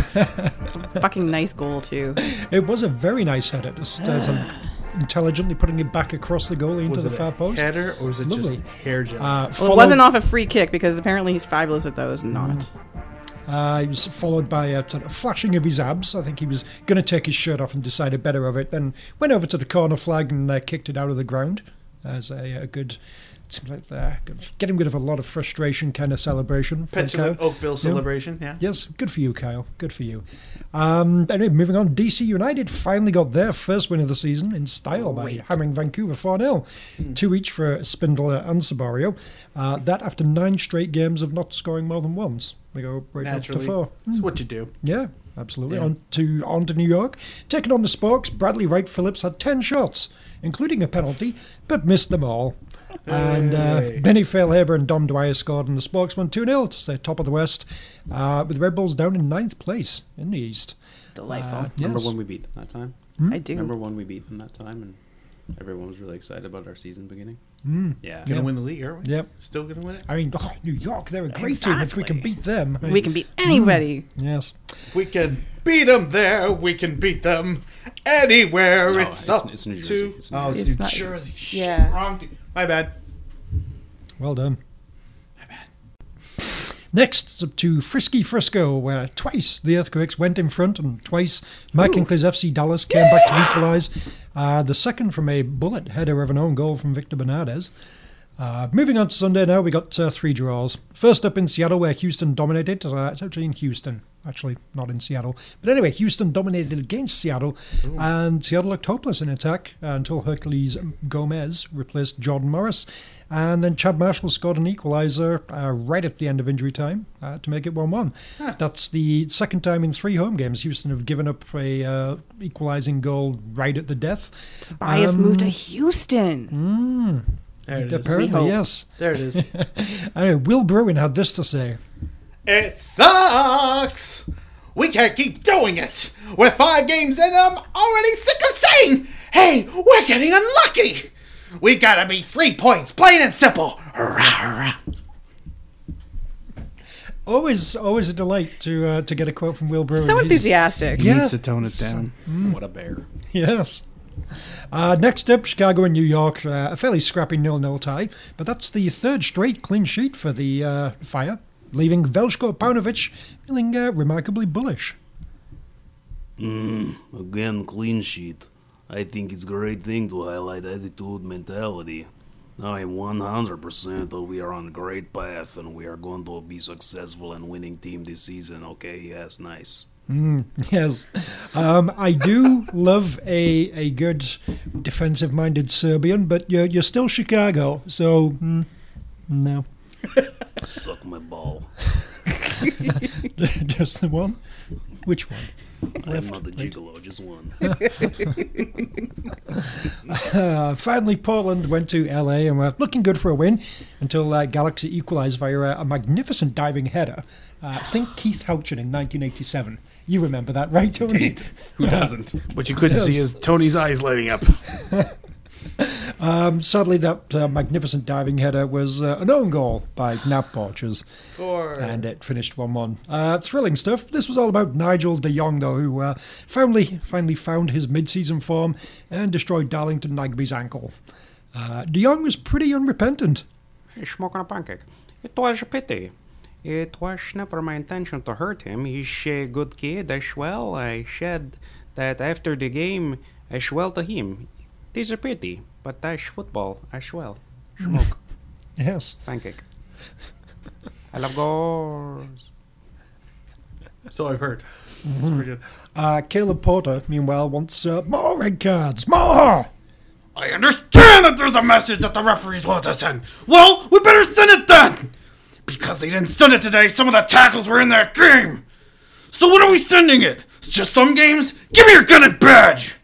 B: It's a fucking nice goal too.
C: it was a very nice header, just as I'm intelligently putting it back across the goalie into
D: Was
C: the
D: it a
C: far post.
D: header or was it
C: Lovely.
D: just hair gel?
C: Uh,
B: Well, it wasn't off a free kick because apparently he's fabulous at those.
C: Mm.
B: Not.
C: Uh, he was followed by a sort of flashing of his abs. I think he was going to take his shirt off and decided better of it. Then went over to the corner flag and uh, kicked it out of the ground as a, a good, it seemed like uh, good- getting rid of a lot of frustration kind of celebration. from
D: Petulant
C: Kyle.
D: Oakville celebration. Yeah.
C: Yes, good for you, Kyle. Good for you. Um, anyway, moving on, DC United finally got their first win of the season in style by hammering Vancouver 4 0, two each for Spindler and Sabario. Uh, that after nine straight games of not scoring more than once. We go right
D: Naturally.
C: up to four. Hmm. Mm.
D: That's what you do.
C: Yeah, absolutely. On to on to New York, taking on the Sparks. Bradley Wright Phillips had ten shots, including a penalty, but missed them all. And uh, Benny Failhaber and Dom Dwyer scored, and the Sparks won 2 0 to stay top of the West, uh, with the Red Bulls down in ninth place in the East.
B: Delightful.
C: Uh,
A: Remember
C: yes.
A: when we beat them that time?
B: I do.
A: Remember when we beat them that time and everyone was really excited about our season beginning?
C: Hmm.
A: Yeah.
D: Gonna win the league, aren't we?
C: Yep.
D: Still gonna win it.
C: I mean, oh, New York, they're a great team. If we can
B: Exactly.
C: beat them,
B: We can beat anybody.
C: Yes.
D: If we can beat them there, we can beat them anywhere.
A: No,
D: it's,
A: it's-
D: up
A: it's New
D: to-
A: Jersey. It's New
D: oh, it's,
B: Jersey. It's
D: New
B: not-
D: Jersey. Shit,
B: yeah.
D: wrong. team. My bad.
C: Well done. Next it's up to Frisky Frisco, where twice the Earthquakes went in front and twice Mike Kinkley's FC Dallas came back to equalise. Uh, the second from a bullet header of an own goal from Victor Bernardes. Uh, moving on to Sunday now, we got uh, three draws. First up in Seattle, where Houston dominated. Uh, it's actually in Houston, actually, not in Seattle. But anyway, Houston dominated against Seattle, and Seattle looked hopeless in attack uh, until Hercules Gomez replaced Jordan Morris. And then Chad Marshall scored an equaliser uh, right at the end of injury time uh, to make it 1 1. That's the second time in three home games Houston have given up a uh, equalising goal right at the death.
B: Bias
C: Um,
B: moved to Houston.
C: mm.
D: There it is.
C: Apparently,
B: hope.
C: yes.
D: There it is.
C: Anyway, Will Bruin had this to say.
D: it sucks We can't keep doing it. We're five games in, and I'm already sick of saying, hey, we're getting unlucky. We gotta be three points, plain and simple. Rah, rah.
C: Always, always a delight to uh, to get a quote from Will Brewer.
B: So
C: He's-
B: enthusiastic.
D: He
C: Yeah.
D: needs to tone it down.
A: What a bear.
C: Yes. Uh, next up, Chicago and New York. Uh, a fairly scrappy nil-nil tie, but that's the third straight clean sheet for the uh, Fire, leaving Velko Paunovic feeling uh, remarkably bullish.
G: Again, clean sheet. I think it's a great thing to highlight attitude mentality. I am 100% that we are on a great path and we are going to be successful and winning team this season, okay? Yes, nice.
C: Yes, um, I do love a a good defensive-minded Serbian, but you're you're still Chicago, so mm, no,
G: Suck my ball.
C: just the one. Which one?
G: I am not a gigolo, just one.
C: Uh, finally, Portland went to LA and were looking good for a win until uh, Galaxy equalized via a, a magnificent diving header. Uh, think Keith Houchin in 1987. You remember that, right, Tony?
A: Who doesn't?
D: What you couldn't see
C: Yes.
D: is Tony's eyes lighting up.
C: Um, sadly, that uh, magnificent diving header was uh, an own goal by Knapp Porches. And it finished 1 1. Uh, thrilling stuff. This was all about Nigel de Jong, though, who uh, finally, finally found his mid season form and destroyed Darlington Nagbe's ankle. Uh, de Jong was pretty unrepentant.
A: He's smoking a pancake. It was a pity. It was never my intention to hurt him. He's a good kid as well. I said that after the game as well to him. It is a pity, but that's football as well. Smoke,
C: Yes.
A: pancake. I love goals.
D: So I've heard. That's pretty good.
C: Uh, Caleb Porter, meanwhile, wants uh, more red cards. More!
D: I understand that there's a message that the referees want to send. Well, we better send it then! Because they didn't send it today, some of the tackles were in that game! So when are we sending it? It's just some games? Give me your gun and badge!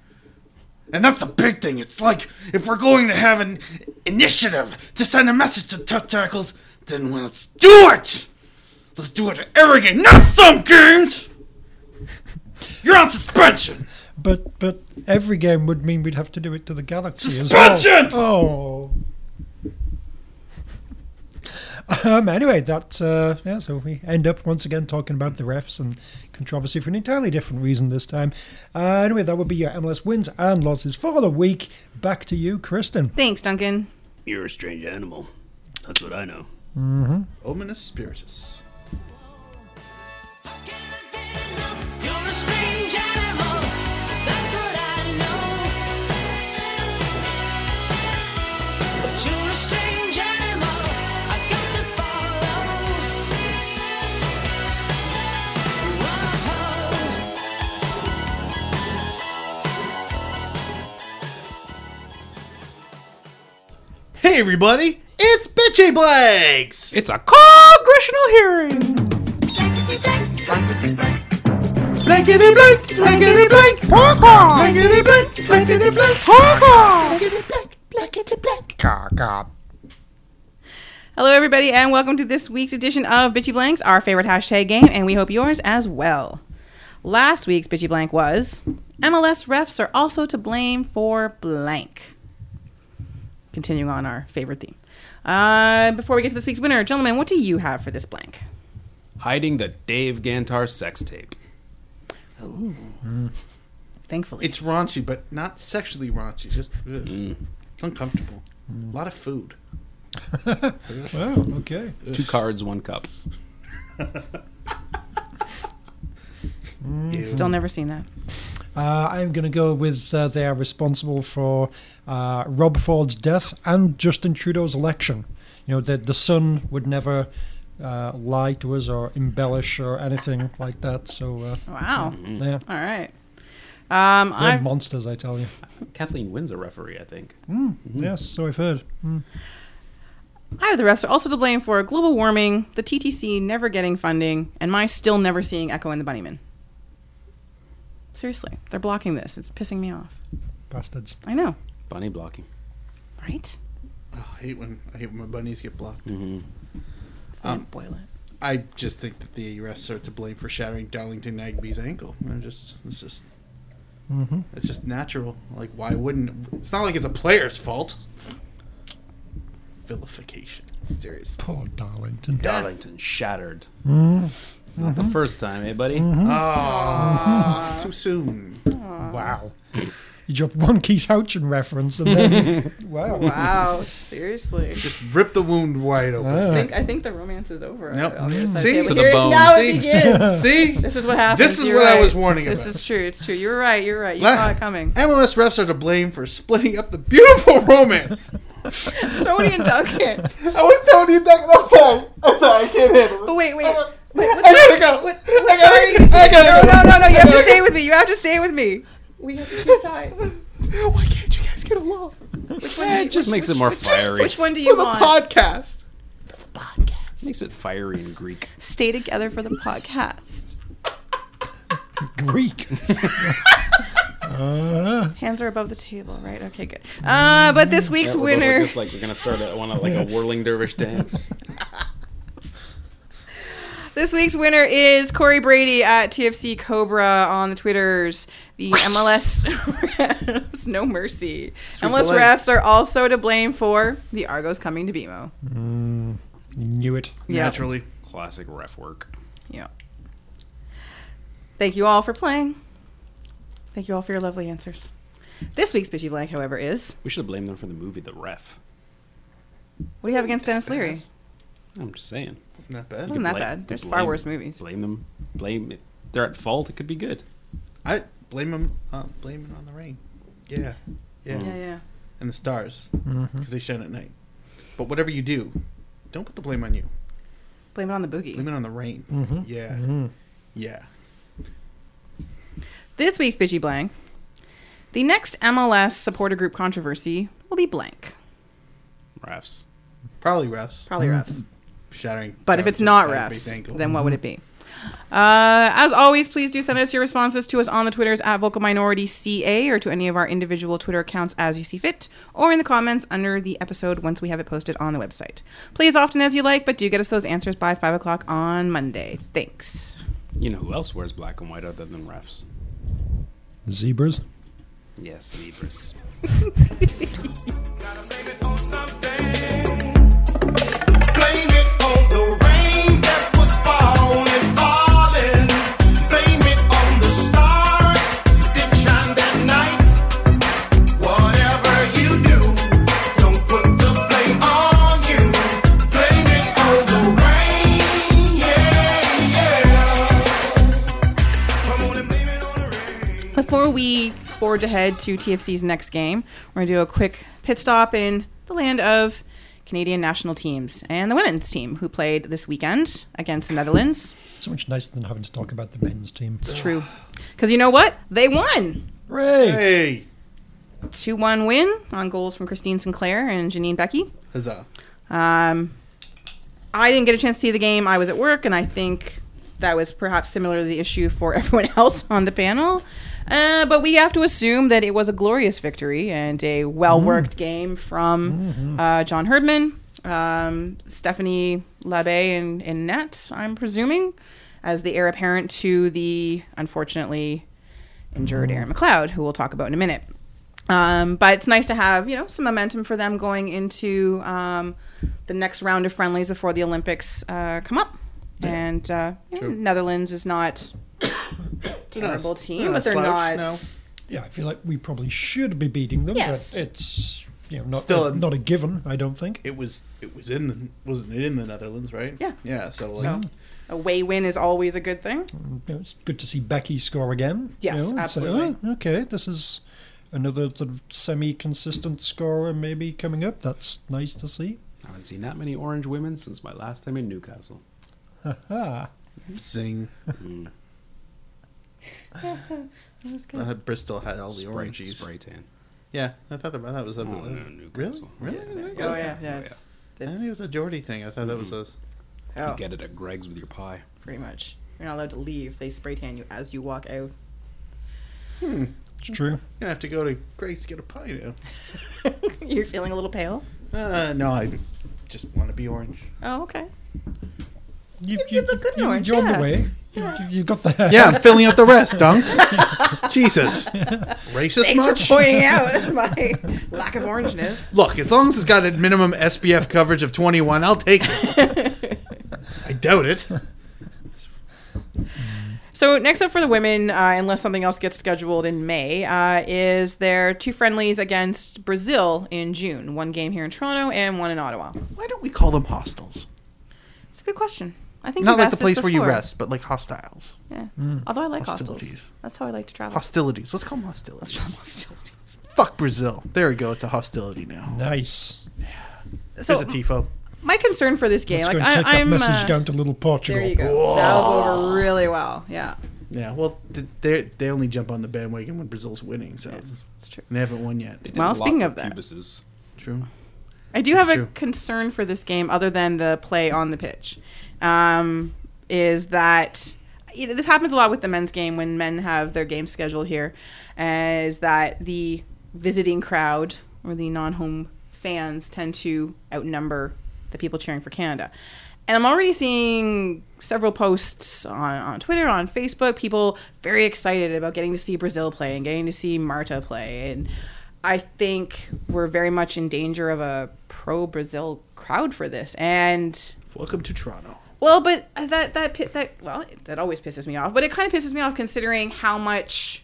D: And that's the big thing. It's like if we're going to have an initiative to send a message to tough tackles, then let's do it! Let's do it every game, not some games! You're on suspension!
C: But but every game would mean we'd have to do it to the Galaxy as
D: Suspension!
C: well. Oh. Um, anyway, that's uh, yeah. So we end up once again talking about the refs and controversy for an entirely different reason this time. Uh, anyway, that would be your MLS wins and losses for the week. Back to you, Kristen.
B: Thanks, Duncan.
G: You're a strange animal. That's what I know.
D: Ominous Spiritus.
H: You're a strange animal, that's what I know. But you're a strange animal, I got to follow. Whoa.
D: Hey everybody, it's Bitchy Blags!
A: It's a congressional hearing.
D: Blankety blank, blankety blank, popcorn! Blankety blank, blankety blank, popcorn! Blankety blank, blankety blank.
B: Hello, everybody, and welcome to this week's edition of Bitchy Blanks, our favorite hashtag game, and we hope yours as well. Last week's Bitchy Blank was MLS refs are also to blame for blank. Continuing on our favorite theme. Uh, before we get to this week's winner, gentlemen, what do you have for this blank?
A: Hiding the Dave Gantar sex tape.
B: Thankfully.
D: It's raunchy, but not sexually raunchy. Just ugh. it's uncomfortable. A lot of food.
C: Wow. Okay.
A: Two cards, one cup.
B: Still never seen that.
C: Uh, I'm going to go with uh, they are responsible for uh, Rob Ford's death and Justin Trudeau's election. You know, the, the Sun would never uh, lie to us or embellish or anything like that. So, uh,
B: Wow.
C: yeah,
B: All right. Um,
C: they're
B: I've,
C: monsters, I tell you.
A: Kathleen wins a referee, I think.
C: Yes, so I've heard.
B: I have the refs are also to blame for global warming, the TTC never getting funding, and my still never seeing Echo and the Bunnymen. Seriously, they're blocking this. It's pissing me off.
C: Bastards.
B: I know,
A: Bunny blocking.
B: right?
D: Oh, I hate when I hate when my bunnies get blocked.
B: It's not boil it.
D: I just think that the refs are to blame for shattering Darlington Nagbe's ankle. I just it's just it's just natural. Like why wouldn't? It's not like it's a player's fault. Vilification.
B: Seriously.
C: Poor Darlington.
A: Darlington shattered. Not the first time, eh, buddy?
D: Ah, too soon.
C: Wow. You dropped one Keith Houchin reference and then. wow.
B: Wow, seriously.
D: Just rip the wound wide open.
B: I
C: Ah.
B: think, I think the romance is over.
D: Nope.
B: on the other side of the
D: See?
B: table.
D: To
A: the
B: Here-
A: bone.
B: Now it
D: See?
B: begins.
D: See,
B: Ah. This is what happens.
D: This is
B: You're
D: what I
B: right.
D: was warning
B: This
D: about.
B: is true. It's true. You're right. You're right. You
D: La-
B: saw it coming.
D: MLS refs are to blame for splitting up the beautiful romance.
B: Tony and Duncan.
D: I was Tony and Duncan. I'm sorry. I'm sorry. I can't handle it.
B: But Oh, wait, wait. Wait,
D: Oh, I
B: what's
D: gotta go.
B: What-
D: I
B: Sorry.
D: gotta, I gotta
B: No, no,
D: go.
B: no, no. You
D: I
B: have to
D: gotta
B: stay
D: go.
B: with me. You have to stay with me. We have to choose sides.
D: Why can't you guys get along?
B: Which one do
A: Eh,
B: you-
A: it just
B: which-
A: makes it more
B: which-
A: fiery.
B: Which one do
D: For
B: you
D: the
B: want?
D: podcast.
A: makes it fiery in Greek.
B: Stay together for the podcast.
C: Greek.
A: Uh.
B: Hands are above the table, right? Okay, good. Uh, but this
A: Mm.
B: week's
A: Yeah, we're both like
B: winner.
A: this, like we're gonna start a, one of, like a whirling dervish dance.
B: This week's winner is Corey Brady at TFC Cobra on the Twitters. The MLS refs, no mercy. MLS
D: delay.
B: refs are also to blame for the Argos coming to BMO.
C: Knew it.
B: Yeah.
D: Naturally.
A: Classic ref work.
B: Yeah. Thank you all for playing. Thank you all for your lovely answers. This week's bitchy blank, however, is
A: We should have blamed them for the movie The Ref.
B: what do you have against Dennis Leary?
A: I'm just saying.
D: Isn't that bad?
B: Wasn't that
A: Bla-
B: bad? There's
A: blame-
B: far worse movies.
A: Blame them. Blame it. They're at fault. It could be good.
D: I blame him. Uh, blame it on the rain. Mm. Yeah, yeah,
B: Yeah, yeah.
D: and the stars because they shine at night. But whatever you do, don't put the blame on you.
B: Blame it on the boogie.
D: Blame it on the rain. Yeah, yeah.
B: This week's Bitchy Blank. The next MLS supporter group controversy will be blank.
A: Refs.
D: Probably refs
B: Probably refs.
D: shattering.
B: But if it's
D: Darlington
B: not
D: Nagbe's
B: refs,
D: ankle.
B: then what would it be? Uh, as always, please do send us your responses to us on the Twitters at Vocal Minority CA or to any of our individual Twitter accounts as you see fit, or in the comments under the episode once we have it posted on the website. Play as often as you like, but do get us those answers by 5 o'clock on Monday. Thanks.
A: You know who else wears black and white other than refs?
C: Zebras.
A: Yes, zebras.
E: Blame it on the rain that was falling, falling. Blame it on the stars that shine that night. Whatever you do, don't put the blame on you. Blame it on the rain, yeah, yeah. Come on and blame it on the rain.
B: Before we forge ahead to TFC's next game, we're going to do a quick pit stop in the land of Canadian national teams and the women's team who played this weekend against the Netherlands.
C: So much nicer than having to talk about the men's team.
B: It's true. Because you know what? They won.
C: Hooray!
D: Hey,
B: 2 1 win on goals from Christine Sinclair and Janine Becky.
D: huzzah!
B: Um, I didn't get a chance to see the game. I was at work, and I think that was perhaps similarly the issue for everyone else on the panel. Uh, but we have to assume that it was a glorious victory and a well worked game from uh, John Herdman, um, Stephanie Labbe, and, and Nat, I'm presuming, as the heir apparent to the unfortunately injured Aaron McLeod, who we'll talk about in a minute. Um, but it's nice to have you know some momentum for them going into um, the next round of friendlies before the Olympics uh, come up. And uh, you know, Netherlands is not terrible team, but they're not.
D: No,
C: Yeah, I feel like we probably should be beating them,
B: Yes.
C: but it's you know not
D: Still
C: a,
D: a-
C: not a given. I don't think.
D: it was. It was in the. Wasn't it in the Netherlands? Right.
B: Yeah.
D: Yeah. So like.
B: So a way win is always a good thing.
C: You know, it's good to see Becky score again.
B: Yes,
C: you know, and say,
B: absolutely.
C: "Oh, okay, this is another sort of semi-consistent scorer maybe coming up. That's nice to see.
A: I haven't seen that many orange women since my last time in Newcastle.
C: Ah,
D: Zing. Uh, Bristol had all the
A: Spray,
D: oranges.
A: spray tan.
D: Yeah, I thought about that was a
A: No, no, no,
D: really,
A: Oh, Newcastle.
D: really.
A: Yeah.
B: oh yeah, yeah.
A: yeah.
B: It's,
D: I
B: it's,
D: think it was a Geordie thing. I thought that
A: Mm-hmm.
D: was a.
B: oh,
A: You get it at Greg's with your pie.
B: pretty much. You're not allowed to leave. They spray tan you as you walk out.
C: it's true.
D: Gonna have to go to Greg's to get a pie
B: You're feeling a little pale.
D: now. Uh, no, I just want to be orange.
B: Oh, okay.
C: You, you,
B: the good
C: you,
B: orange,
C: you're on
B: yeah.
C: the way. You, you got the.
D: Yeah, I'm filling up the rest, Dunk. Jesus. Racist
B: Thanks
D: much?
B: for pointing out my lack of orangeness.
D: Look, as long as it's got a minimum SPF coverage of 21, I'll take it. I doubt it.
B: So next up for the women, uh, unless something else gets scheduled in May, uh, is their two friendlies against Brazil in June. One game here in Toronto and one in Ottawa.
D: Why don't we call them hostels?
B: It's a good question. I think
D: Not
B: we've
D: like
B: asked
D: the
B: this
D: place where you
B: before.
D: rest, but like hostiles.
B: Yeah.
C: Mm.
B: Although I like hostels.
D: Hostilities.
B: That's how I like to travel.
D: Hostilities. Let's call them hostilities.
B: Hostilities.
D: Fuck Brazil. There we go. It's a hostility now.
C: Nice.
B: So
D: There's a tifo.
B: my concern for this game,
C: Let's
B: like
C: go and take
B: I,
C: that
B: I'm.
C: message
B: uh,
C: down to little Portugal.
B: there you go. That'll go over really well. Yeah,
D: Yeah. Well, th- they they only jump on the bandwagon when Brazil's winning, so and
B: it's true.
D: they haven't won yet.
A: They did
B: Well,
A: a lot
B: Oh, speaking
A: for
B: of that.
A: pubises.
D: True.
B: I do have
D: It's
B: a
D: true.
B: concern for this game, other than the play on the pitch, um, is that you know, this happens a lot with the men's game when men have their game scheduled here, uh, is that the visiting crowd or the non-home fans tend to outnumber the people cheering for Canada. And I'm already seeing several posts on, on Twitter, on Facebook, people very excited about getting to see Brazil play and getting to see Marta play. And I think we're very much in danger of a pro Brazil crowd for this. And
D: Welcome to Toronto.
B: well, but that that pi- that well, that always pisses me off. But it kind of pisses me off considering how much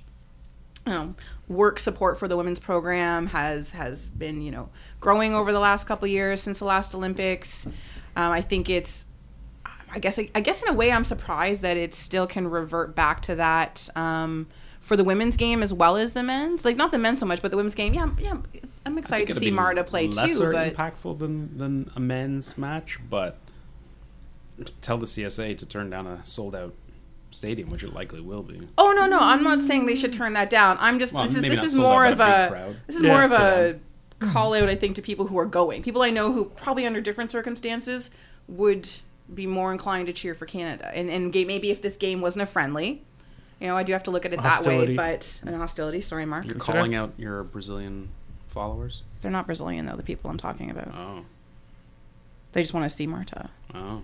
B: you know, work support for the women's program has has been you know growing over the last couple years since the last Olympics. Um, I think it's. I guess I, guess in a way I'm surprised that it still can revert back to that um, for the women's game as well as the men's. Like not the men so much, but the women's game. Yeah, yeah. It's, I'm
A: I think
B: excited to
A: it'd
B: see
A: be
B: Marta play too.
A: lesser
B: But
A: impactful than than a men's match, but tell the CSA to turn down a sold out stadium, which it likely will be.
B: Oh no, no, I'm not saying they should turn that down. I'm just
A: Well,
B: this is
A: maybe
B: this
A: not
B: is
A: sold out,
B: more
A: but
B: of
A: a big
B: a
A: crowd.
B: this is more of
A: Yeah.
B: a call out I think to people who are going. People I know who probably under different circumstances would be more inclined to cheer for Canada. And and ga- maybe if this game wasn't a friendly, you know, I do have to look at it
D: Hostility.
B: that way, but an hostility, sorry Mark.
A: You're
D: okay.
A: calling out your Brazilian followers.
B: They're not Brazilian though, the people I'm talking about.
A: Oh,
B: They just want to see Marta.
A: oh,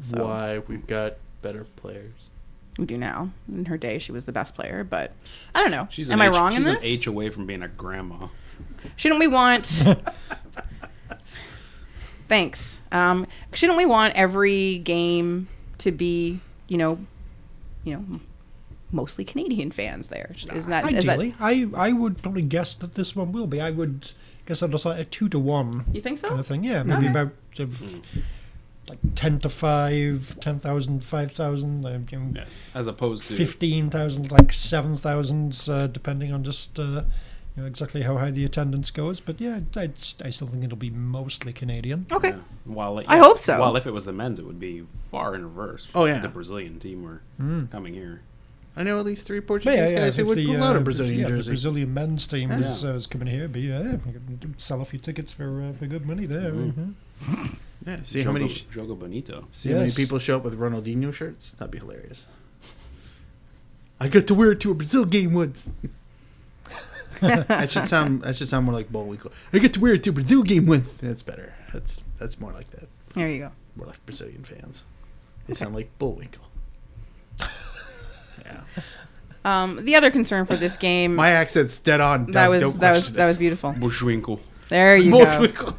B: So
D: Why we've got better players.
B: we do now. In her day she was the best player, but I don't know.
A: she's
B: Am
A: an
B: I
A: H-
B: wrong
A: she's
B: in this?
A: An H away from being a grandma.
B: Shouldn't we want? Thanks. Um, shouldn't we want every game to be, you know, you know, mostly Canadian fans there? Isn't that is that-
C: Ideally, I, I would probably guess that this one will be. I would guess I'd just like a two to one
B: you think so?
C: kind of thing. Yeah, maybe about uh, like 10 to 5, 10,000, 5,000, uh, you know,
A: Yes, as opposed to
C: 15,000, like 7,000, uh, depending on just uh, you know, exactly how high the attendance goes. But yeah, I, I still think it'll be mostly Canadian.
B: Okay.
A: Yeah. While it-
B: I hope so.
A: While if it was the men's, it would be far in reverse.
D: Oh,
A: if
D: yeah.
A: the Brazilian team were coming here.
D: I know at least three
C: But
D: Portuguese
C: yeah, yeah,
D: guys who
C: if
D: would
C: the,
D: pull out
C: uh,
D: a Brazilian
C: yeah, the
D: jersey.
C: Brazilian men's team
D: Yeah.
C: is, uh, is coming here. But yeah, you can sell a few tickets for uh, for good money there. mhm.
D: yeah, see how
A: Jogo-
D: many sh-
A: Jogo Bonito.
D: see how many
C: Yes.
D: people show up with Ronaldinho shirts. That'd be hilarious. I got to wear it to a Brazil game once. that should sound that should sound more like Bowl I get to wear it to a Brazil game once. That's better. That's that's more like that.
B: There you go.
D: More like Brazilian fans. They sound like Bullwinkle.
B: Um, the other concern for this game
D: My accent's dead on.
B: that
D: Don't-
B: was
D: don't
B: that was
D: question
B: that
D: it.
B: was beautiful.
A: Bushwinkle.
B: There you go.
D: Bullwinkle.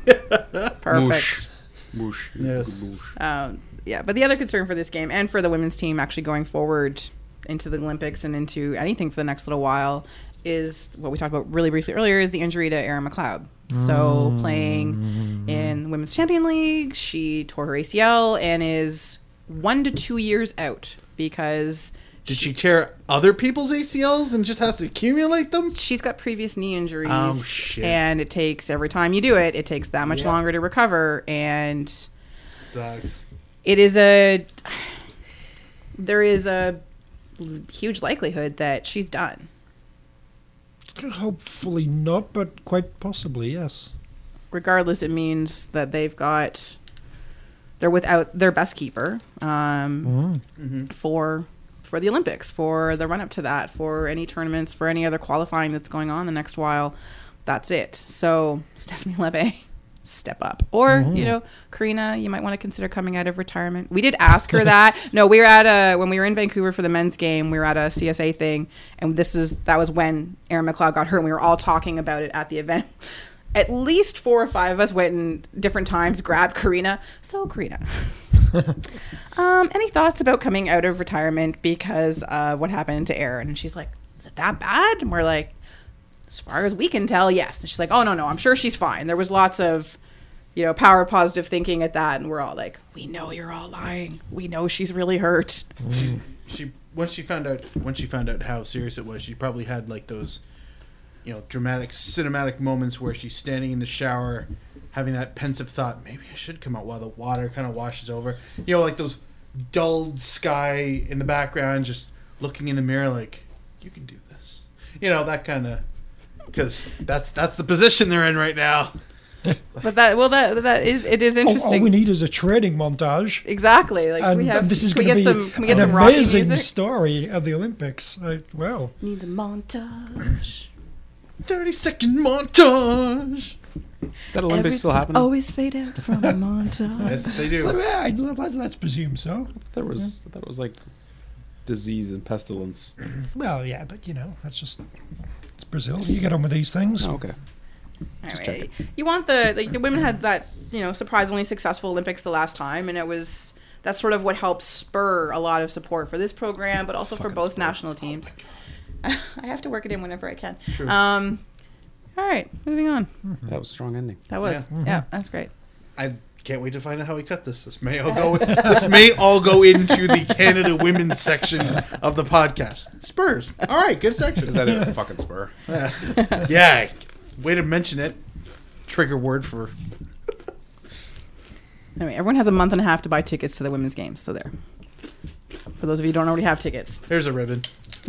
B: Perfect.
A: Bush.
D: Yes.
A: Bush.
B: Um, yeah, but the other concern for this game and for the women's team actually going forward into the Olympics and into anything for the next little while is what we talked about really briefly earlier is the injury to Erin McLeod.
D: Mm.
B: So playing in Women's Champion League, she tore her ACL and is one to two years out because
D: Did she tear other people's ACLs and just has to accumulate them?
B: she's got previous knee injuries.
D: Oh, shit.
B: And it takes every time you do it, it takes that much longer to recover and
D: Sucks.
B: it is a there is a huge likelihood that she's done.
C: Hopefully not, but quite possibly, yes.
B: Regardless, it means that they've got they're without their best keeper um, for for the Olympics, for the run up to that, for any tournaments, for any other qualifying that's going on the next while. That's it. So Stephanie Lebe step up. Or, you know, Karina, you might want to consider coming out of retirement. We did ask her that. No, we were at a, when we were in Vancouver for the men's game, we were at a CSA thing. And this was, that was when Aaron McLeod got hurt. And we were all talking about it at the event. At least four or five of us went in different times, grabbed Karina. So, Karina. Um, any thoughts about coming out of retirement because of what happened to Aaron? And she's like, Is it that bad? And we're like, As far as we can tell, yes. And she's like, Oh, no, no, I'm sure she's fine. There was lots of, you know, power positive thinking at that. And we're all like, We know you're all lying. We know she's really hurt.
D: she once she found out once she found out how serious it was, she probably had like those, you know, dramatic cinematic moments where she's standing in the shower, having that pensive thought, maybe I should come out while the water kind of washes over. You know, like those dulled sky in the background, just looking in the mirror, like you can do this. You know that kind of because that's that's the position they're in right now.
B: But that, well, that, that is, it is
C: All, all
B: interesting.
C: Oh, we need is a training montage.
B: Exactly. Like
C: And
B: we have.
C: this is
B: we
C: going to
B: get
C: be
B: some. We get
C: an
B: some Rocky
C: amazing
B: music.
C: story of the Olympics. I, wow.
B: Needs a montage.
D: Thirty second montage.
A: Is that Olympics
B: Every- oh,
A: still happening?
C: Oh,
B: Always fade out from a montage.
D: Yes, they do.
C: Well, I'd- let- Let's presume so.
A: There was that was like disease and pestilence.
C: Well, yeah, but you know, that's just it's Brazil. You get on with these things.
A: Oh, okay.
B: All right. You want the like the women had that you know surprisingly successful Olympics the last time, and it was that's sort of what helped spur a lot of support for this program, but also for both national teams. I have to work it in whenever I can. Um, all right, moving on.
A: That was a strong ending.
B: That was yeah, that's great.
D: I can't wait to find out how we cut this. This may all go. this may all go into the Canada women's section of the podcast. Spurs. All right, good section.
A: Is that a fucking spur?
D: yeah. Way to mention it. Trigger word for
B: Anyway, everyone has a month and a half to buy tickets to the women's games, so there. For those of you who don't already have tickets,
D: there's a ribbon.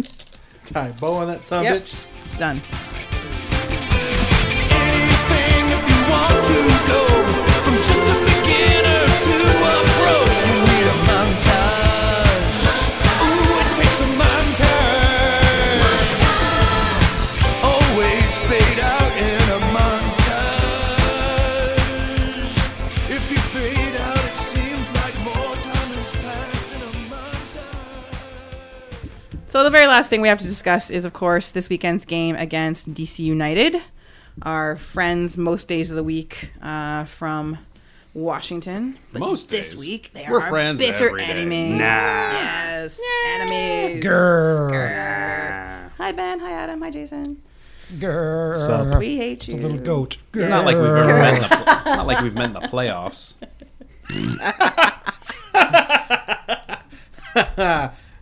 D: Tie a bow on that son of a
B: Yep.
D: bitch.
B: done.
H: Anything if you want to go from just a beginner to a pro. You need a montage. Ooh, it takes a montage. Always fade out in a montage. If you fade out, it seems like more time has passed in a montage.
B: So the very last thing we have to discuss is, of course, this weekend's game against DC United, our friends most days of the week uh, from Washington. But
A: Most
B: this
A: days.
B: week they
A: We're
B: are
A: friends
B: bitter
A: every day.
B: enemies.
A: Nah.
B: Yes, enemies.
C: Grr,
B: Hi Ben. Hi Adam. Hi Jason.
C: grr.
B: We hate you.
C: It's a little goat.
A: It's not like we've ever met the, not like we've met in the playoffs.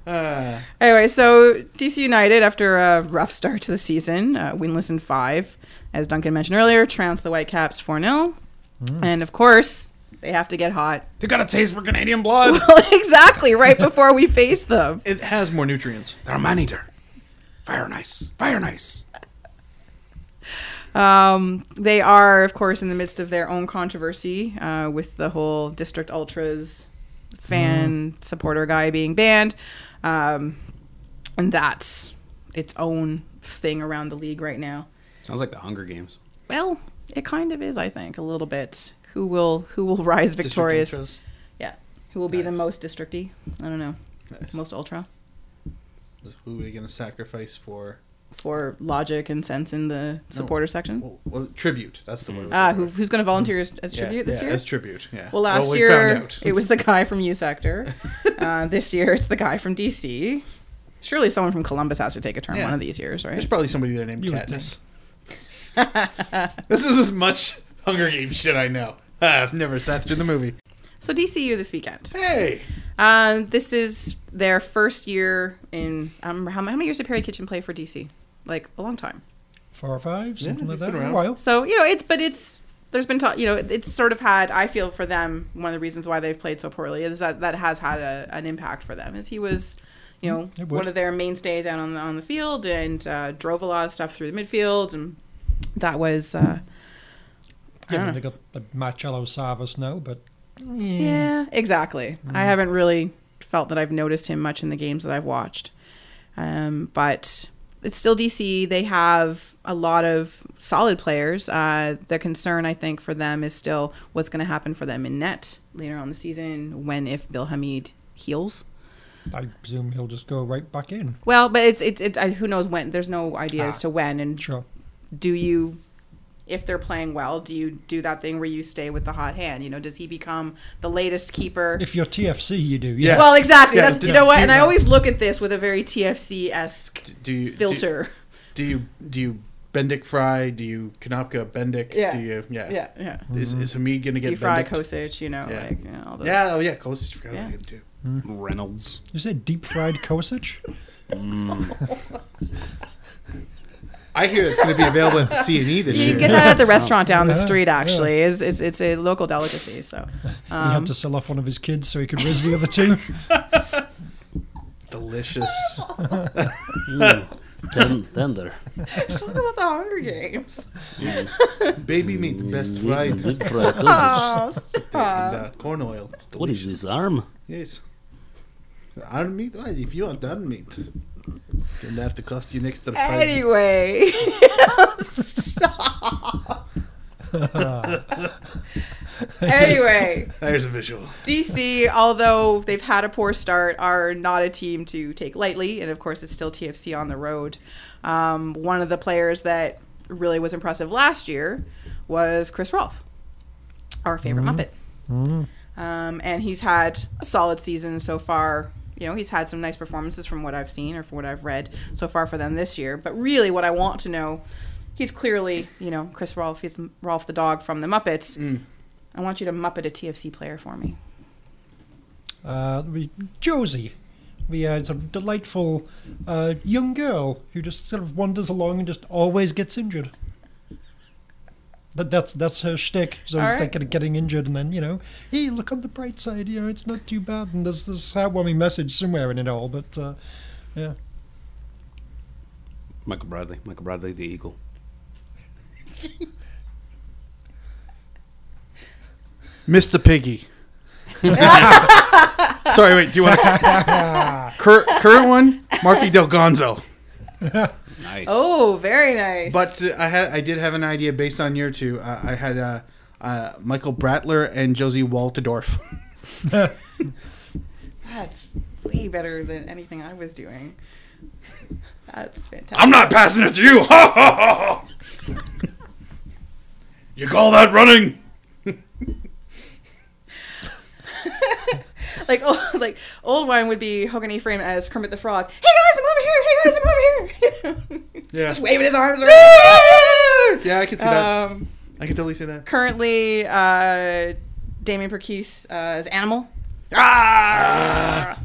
B: Anyway, so DC United, after a rough start to the season, uh, winless in five, as Duncan mentioned earlier, trounced the Whitecaps 4 0.
C: Mm.
B: And of course, they have to get hot.
A: They got a taste for Canadian blood.
B: Well, exactly, right before we face them.
D: It has more nutrients.
A: They're a man eater. Fire and ice. Fire and ice.
B: Um, they are, of course, in the midst of their own controversy uh, with the whole District Ultras fan
D: Mm-hmm.
B: supporter guy being banned. Um, and that's its own thing around the league right now.
A: Sounds like the Hunger Games.
B: Well, it kind of is, I think, a little bit. Who will who will rise victorious?
D: District
B: Yeah, who will be the most districty? I don't know, most ultra
D: intros. Who are we gonna sacrifice for?
B: for logic and sense in the supporter section.
D: Well, well, tribute. That's the word. I was
B: Ah,
D: looking
B: who, who's going to volunteer as, as
D: for. Yeah,
B: tribute this
D: yeah,
B: year?
D: As tribute. Yeah.
B: Well, last
D: we
B: year
D: found
B: it was the guy from U Sector. uh, this year it's the guy from DC. Surely someone from Columbus has to take a turn
D: Yeah.
B: one of these years, right?
D: There's probably somebody there named
C: You would
D: Katniss. this is as much Hunger Games shit I know. I've never sat through the movie.
B: So DCU this weekend.
D: Hey,
B: Uh, this is their first year in. I don't remember how, many- how many years did Perry Kitchen play for DC? Like a long time.
C: Four or five, something like
D: he's
C: that.
D: been
C: A
D: around.
C: while.
B: So you know, it's but it's there's been talk. You know, it's sort of had. I feel for them one of the reasons why they've played so poorly is that that has had a, an impact for them. Is he was, you know,
C: Mm, it would.
B: one of their mainstays out on the, on the field and uh, drove a lot of stuff through the midfield, and that was. Uh,
C: You know,
B: know.
C: they got the Marcello Savas now, but
B: Yeah, exactly. I haven't really felt that I've noticed him much in the games that I've watched. Um, but it's still DC. They have a lot of solid players. Uh, the concern, I think, for them is still what's going to happen for them in net later on in the season when if Bill Hamid heals.
C: I presume he'll just go right back in.
B: Well, but it's it's it, I, who knows when. There's no idea as to when. And
C: Sure.
B: do you, if they're playing well, do you do that thing where you stay with the hot hand? You know, does he become the latest keeper?
C: If you're TFC, you do.
D: Yeah.
C: Yeah.
B: well, exactly.
D: Yeah,
B: That's,
D: do
B: you know
D: that.
B: what?
D: Do
B: And I
D: that.
B: always look at this with a very TFC esque
D: Do you do-
B: filter.
D: Do, you do you Bendick fry? Do you Kanopka Bendick?
B: Yeah.
D: Do you yeah
B: yeah, yeah.
D: Is, is Hamid gonna get
B: Defry,
D: Bendicked?
B: Kosic, you know,
D: Yeah.
B: like you know, all those.
D: Yeah, oh yeah, Kosic. Forgot
B: Yeah.
D: about him too.
A: Reynolds.
C: You said deep fried Kosic?
D: I hear it's gonna be available at C and E this
B: You
D: year.
B: can get that at the restaurant down the
C: Yeah,
B: street.
C: yeah.
B: Actually, is it's it's a local delicacy. So
C: he
B: Um.
C: had to sell off one of his kids so he could raise the other two.
D: Delicious.
G: Ten, tender.
B: talk about the Hunger Games.
D: Baby meat, the best fried.
G: Deep fried sausage.
B: Oh,
D: and, uh, corn oil. It's
G: What is
D: delicious.
G: this arm?
D: Yes. Iron meat? Why, if you want iron meat, it's going to have to cost you an extra five.
B: anyway, stop. anyway,
D: There's a visual.
B: DC, although they've had a poor start, are not a team to take lightly. And of course, it's still TFC on the road. Um, one of the players that really was impressive last year was Chris Rolfe, our favorite Muppet. Um, and he's had a solid season so far. You know, he's had some nice performances from what I've seen or from what I've read so far for them this year. But really, what I want to know, he's clearly, you know, Chris Rolfe, he's Rolfe the dog from the Muppets. I want you to Muppet a TFC player for me.
C: Uh, we, Josie, the uh, sort of delightful uh, young girl who just sort of wanders along and just always gets injured. That, that's that's her shtick. So
B: All
C: it's
B: right.
C: like kind of getting injured, and then you know, hey, look on the bright side. You know, it's not too bad. And there's this heartwarming message somewhere in it all. But uh, yeah,
A: Michael Bradley. Michael Bradley, the Eagle.
D: Mr. Piggy. Sorry, wait. Do you want to. Cur- current one? Marky Del Gonzo.
A: Nice.
B: Oh, very nice.
D: But uh, I had I did have an idea based on year two. Uh, I had uh, uh, Michael Bratler and Josie Walterdorf.
B: that's way better than anything I was doing. That's fantastic.
D: I'm not passing it to you. Ha ha ha ha. You call that running?
B: like old, like old wine would be Hogan Ephraim as Kermit the Frog. Hey guys, I'm over here. Hey guys, I'm over here.
D: Yeah.
B: Just waving his arms around.
D: Yeah, I can see that.
B: um,
D: I can totally see that.
B: currently, uh, Damien Perkis uh, is Animal. Ah!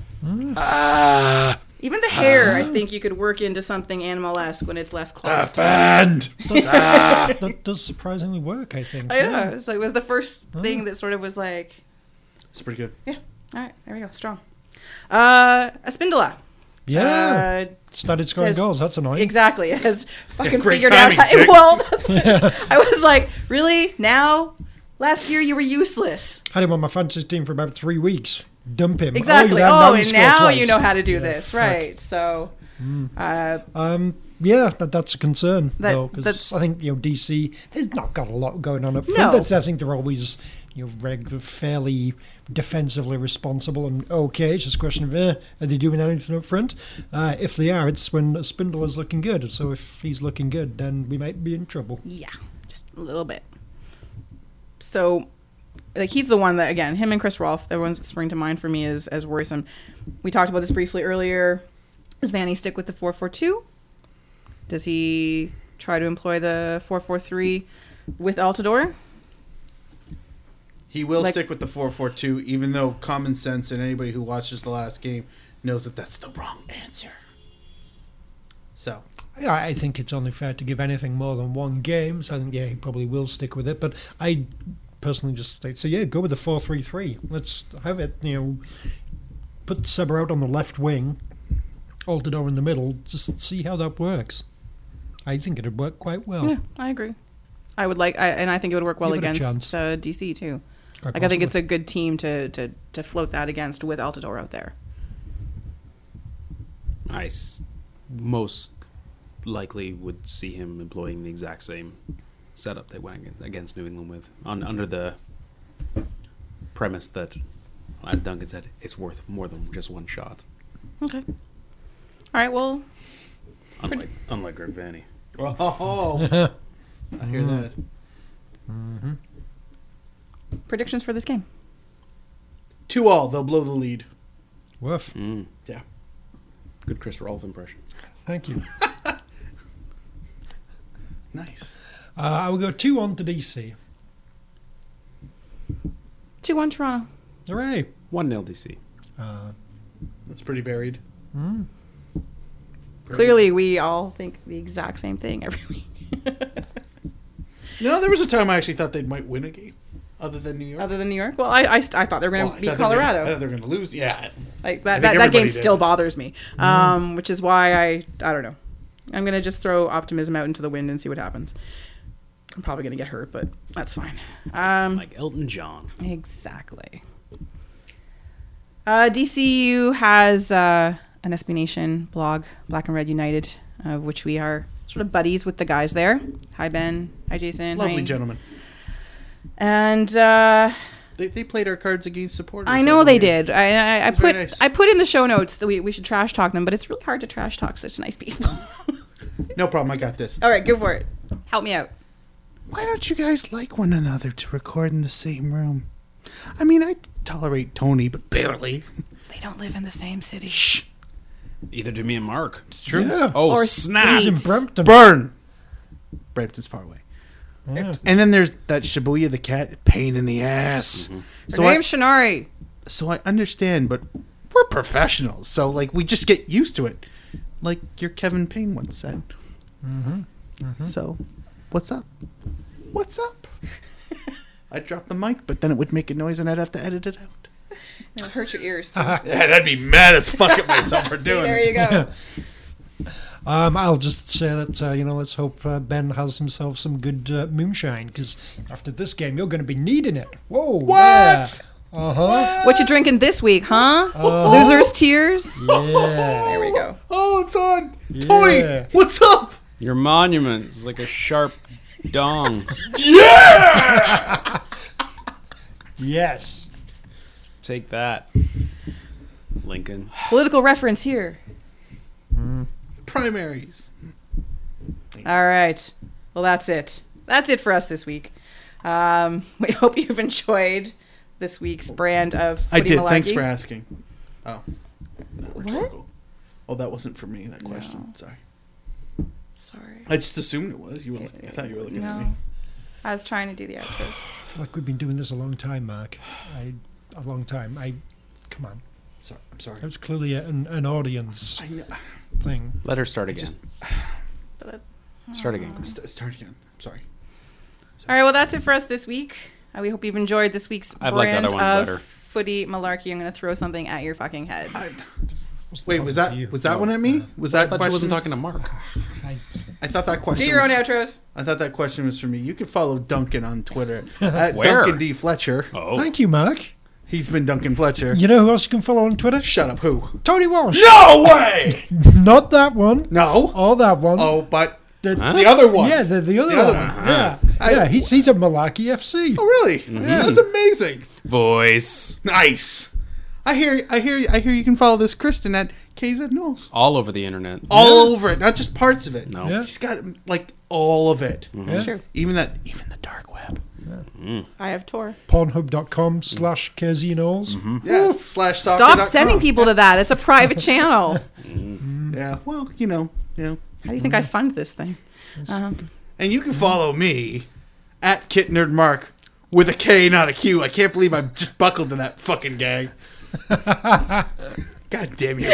B: Ah. Even the hair, I
D: Ah.
B: think you could work into something animal-esque when it's less coiffed.
D: Fend.
C: that does surprisingly work. I think.
B: I know. It's like it was the first
C: Oh,
B: thing that sort of was like,
D: It's pretty good.
B: yeah, all right, there we go, strong. Uh, a spindola.
C: Yeah,
B: Uh,
C: started scoring
B: says-
C: goals. That's annoying.
B: exactly. I just fucking
D: great
B: figured
D: timing,
B: out. How,
D: Dick.
B: well, that's I was like, really? Now? Last year you were useless.
C: Had him on my fantasy team for about three weeks. Dump him.
B: Exactly.
C: that-
B: Oh,
C: he
B: and
C: scored
B: now
C: twice.
B: you know how to do
C: Yeah,
B: this,
C: fuck.
B: right? So, uh,
C: Um, yeah, that, that's a concern
B: That-
C: though, 'cause
B: that's-
C: I think you know DC. They've not got a lot going on up front.
B: No.
C: That's, I think they're always you know reg- fairly defensively responsible and okay. It's just a question of eh, are they doing anything up front? Uh, if they are, it's when Spindle is looking good. So if he's looking good, then we might be in trouble.
B: yeah, just a little bit. So, like, he's the one that, again, him and Chris Rolfe, the ones that spring to mind for me is as worrisome. We talked about this briefly earlier. Does Vanny stick with the 442? Does he try to employ the 443 with Altador?
D: He will
B: Like-
D: stick with the 442, even though common sense and anybody who watches the last game knows that that's the wrong answer. So,
C: Yeah, I think it's only fair to give anything more than one game. So I think yeah, he probably will stick with it. But I personally just think so. Yeah, go with the four three three. Let's have it. You know, put Seber out on the left wing, Altidore in the middle. Just see how that works. I think it'd work quite well.
B: Yeah, I agree. I would like, I, and I think it would work well
C: Oh. Give it a
B: against
C: chance.
B: uh, DC too.
C: Quite
B: Like I think
C: possibly.
B: it's a good team to to to float that against with Altidore out there.
A: I s- most likely would see him employing the exact same setup they went ag- against New England with, on, under the premise that, as Duncan said, it's worth more than just one shot.
C: Hmm.
B: Okay. All right. Well,
A: Unlike, unlike Greg Vanny.
D: Oh, I hear that.
B: predictions for this game.
D: Two all. They'll blow the lead.
C: Woof.
D: Yeah.
A: Good Chris Rolfe impression.
C: Thank you.
D: Nice.
C: Uh, I will go two on to DC.
B: Two one Toronto.
C: Hooray.
A: 1 0 DC.
D: That's pretty varied.
B: Clearly, we all think the exact same thing every week.
D: No, there was a time I actually thought they might win a game, other than New York.
B: Other than New York. Well, I, I, st- I thought they were going
D: Well,
B: to
D: I
B: beat
D: thought they were gonna-
B: Colorado.
D: I thought they were going to lose. Yeah.
B: Like that,
D: I think
B: that, that game
D: everybody did. Mm-hmm.
B: still bothers me, um, which is why I I don't know. I'm gonna just throw optimism out into the wind and see what happens. I'm probably gonna get hurt, but that's fine. Um,
A: Like Elton John.
B: exactly. Uh, DCU has uh, an SB Nation blog, Black and Red United, of which we are sort of buddies with the guys there. Hi Ben, hi Jason,
D: Lovely
B: hi.
D: gentlemen.
B: And uh,
D: They, they played our cards against supporters.
B: I know
D: over
B: they
D: here.
B: did. I, I, I
D: was very
B: put
D: nice.
B: I put in the show notes that we, we should trash talk them, but it's really hard to trash talk such nice people.
D: No problem. I got this.
B: All right, go for it. Help me out.
D: Why don't you guys like one another to record in the same room? I mean, I tolerate Tony, but barely.
B: They don't live in the same city.
A: Either do me and Mark.
D: True. Yeah.
A: Oh,
B: Or
A: snap.
C: He's in
B: Jeez.
C: Brampton.
D: Burn. Brampton's far away.
C: Yeah.
D: And then there's that Shibuya the cat, pain in the ass. So
B: Her
D: I,
B: name's Shinari.
D: so I understand, but we're professionals, so like we just get used to it. Like your Kevin Payne once said. So, what's up? What's up? I dropped the mic, but then it would make a noise, and I'd have to edit it out.
B: It'll hurt your ears. Too.
D: Yeah, I'd be mad as fuck at myself for doing
B: there you go.
C: Um, I'll just say that uh, you know, let's hope uh, Ben has himself some good uh, moonshine because after this game, you're going to be needing it. Whoa!
D: What?
C: Uh huh.
B: What you drinking this week, huh?
D: Uh-huh.
B: Losers tears.
C: Yeah.
B: There we go.
D: Oh, it's on. Tony,
C: Yeah.
D: what's up?
A: Your monument is like a sharp dong.
C: yes.
A: Take that, Lincoln.
B: Political reference here.
D: Primaries.
B: All right. Well, that's it. That's it for us this week. Um, we hope you've enjoyed this week's brand of.
D: I
B: footy
D: did. Thanks
B: malarkey.
D: for asking. Oh,
B: What?
D: oh, that wasn't for me. That question. Sorry.
B: Sorry.
D: I just assumed it was. You were. Looking, I thought you were looking at me.
B: No. I was trying to do the outro.
C: I feel like we've been doing this a long time, Mark. I, a long time. I, come on.
D: Sorry. I'm sorry.
C: That was clearly an, an audience
D: I know.
C: thing.
A: Let her start again.
D: just-
A: start again. Chris.
D: St- start again. I'm sorry.
B: All right, well, that's it for us this week. Uh, we hope you've enjoyed this week's
A: I've liked
B: brand
A: other ones
B: of
A: better.
B: footy malarkey. I'm going to throw something at your fucking head.
D: I,
C: Wasn't
D: wait,
C: talking
D: was
C: to
D: that
C: you.
D: was that one at me? Was that
A: But
D: question?
A: she wasn't talking to Mark.
C: I,
D: I thought that question.
B: Do your own
D: was-
B: outros.
D: I thought that question was for me. You can follow Duncan on Twitter at
A: Where?
D: Duncan D Fletcher.
A: Oh,
C: Thank you, Mark.
D: He's been Duncan Fletcher.
C: You know who else you can follow on Twitter?
D: Shut up. Who?
C: Tony Walsh.
D: No way.
C: Not that one.
D: No.
C: Or that one.
D: Oh, but
C: The-
A: Huh?
D: the other one.
C: Yeah, the, the other
D: The other
C: one.
D: one. Ah.
C: Yeah,
D: I-
C: yeah. He's he's at Malaki FC.
D: Oh, really? Yeah, that's amazing.
A: Mm-hmm. voice
D: Nice. I hear. I hear. I hear. You can follow this Kristen at KZ Knowles.
A: all over the internet.
D: All over it, not just parts of it.
A: No. Mm-hmm.
C: Yeah.
D: She's got like all of it.
C: That's
B: true.
D: Even that. Even the dark web.
B: I have Tor.
C: Pornhub.com slash Kersinols.
D: Yeah. Slash. soccer
B: Stop
D: dot
B: sending
D: com.
B: people to that. It's a private channel.
D: Yeah. Well, you know. You know.
B: How do you think I fund this thing? Um,
D: And you can
A: Mm-hmm.
D: follow me at Kit Nerd Mark with a K, not a Q. I can't believe I'm just buckled to that fucking gang. God damn you.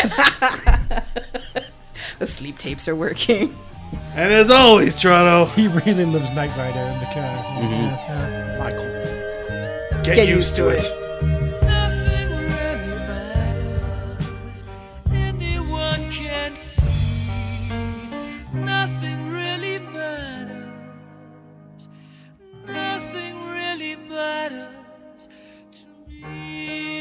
B: the sleep tapes are working.
D: And as always, Toronto,
C: He really loves Knight Rider in the car.
B: Mm-hmm.
C: Yeah, yeah.
D: Michael, get,
B: Get
D: used,
B: used
D: to
B: to
D: it.
H: Nothing really matters. Anyone can see. Nothing really matters. Nothing really matters to me.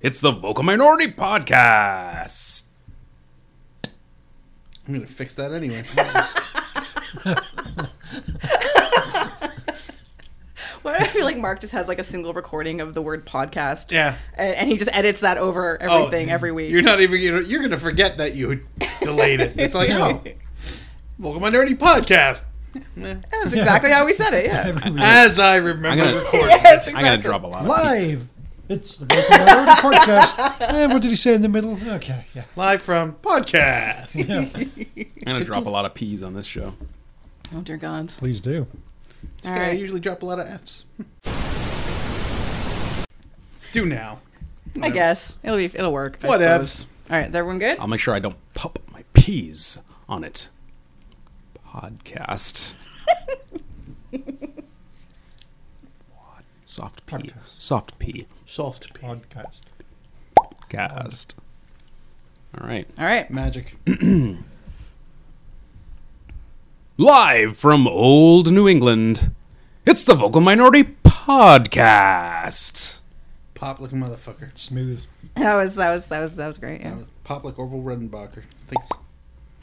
A: It's the Vocal Minority Podcast.
D: I'm gonna fix that anyway.
B: Well, I feel like Mark just has like a single recording of the word podcast.
D: Yeah. Oh,
B: And, and he just edits that over everything every week.
D: You're not even gonna, you're gonna forget that you delayed it. It's like oh, welcome my nerdy podcast.
B: That's exactly how we said it. Yeah.
D: As I remember,
A: I'm gonna,
B: yes, exactly.
A: I'm gonna drop a lot. Of,
C: Live! It's the Broken Minority Podcast. Eh, what did he say in the middle? Okay, yeah.
D: live from podcast.
C: yeah.
A: I'm gonna drop a lot of peas on this show.
B: Oh dear gods.
C: Please do.
B: All
D: I
B: right.
D: usually drop a lot of Fs. Do now.
B: I guess it'll be it'll work. I
D: What
B: suppose.
D: Fs?
B: All right. Is everyone good?
A: I'll make sure I don't pop my peas on it. Podcast. What? Soft P.
C: Podcast.
A: Soft P.
D: Soft P.
C: Podcast.
A: Cast. All right.
B: All right.
D: Magic.
A: Live from old New England, it's the Vocal Minority Podcast.
D: Pop looking motherfucker.
C: Smooth.
B: That was that was that was that was great. Yeah.
D: Pop like Orville Redenbacher. Thanks.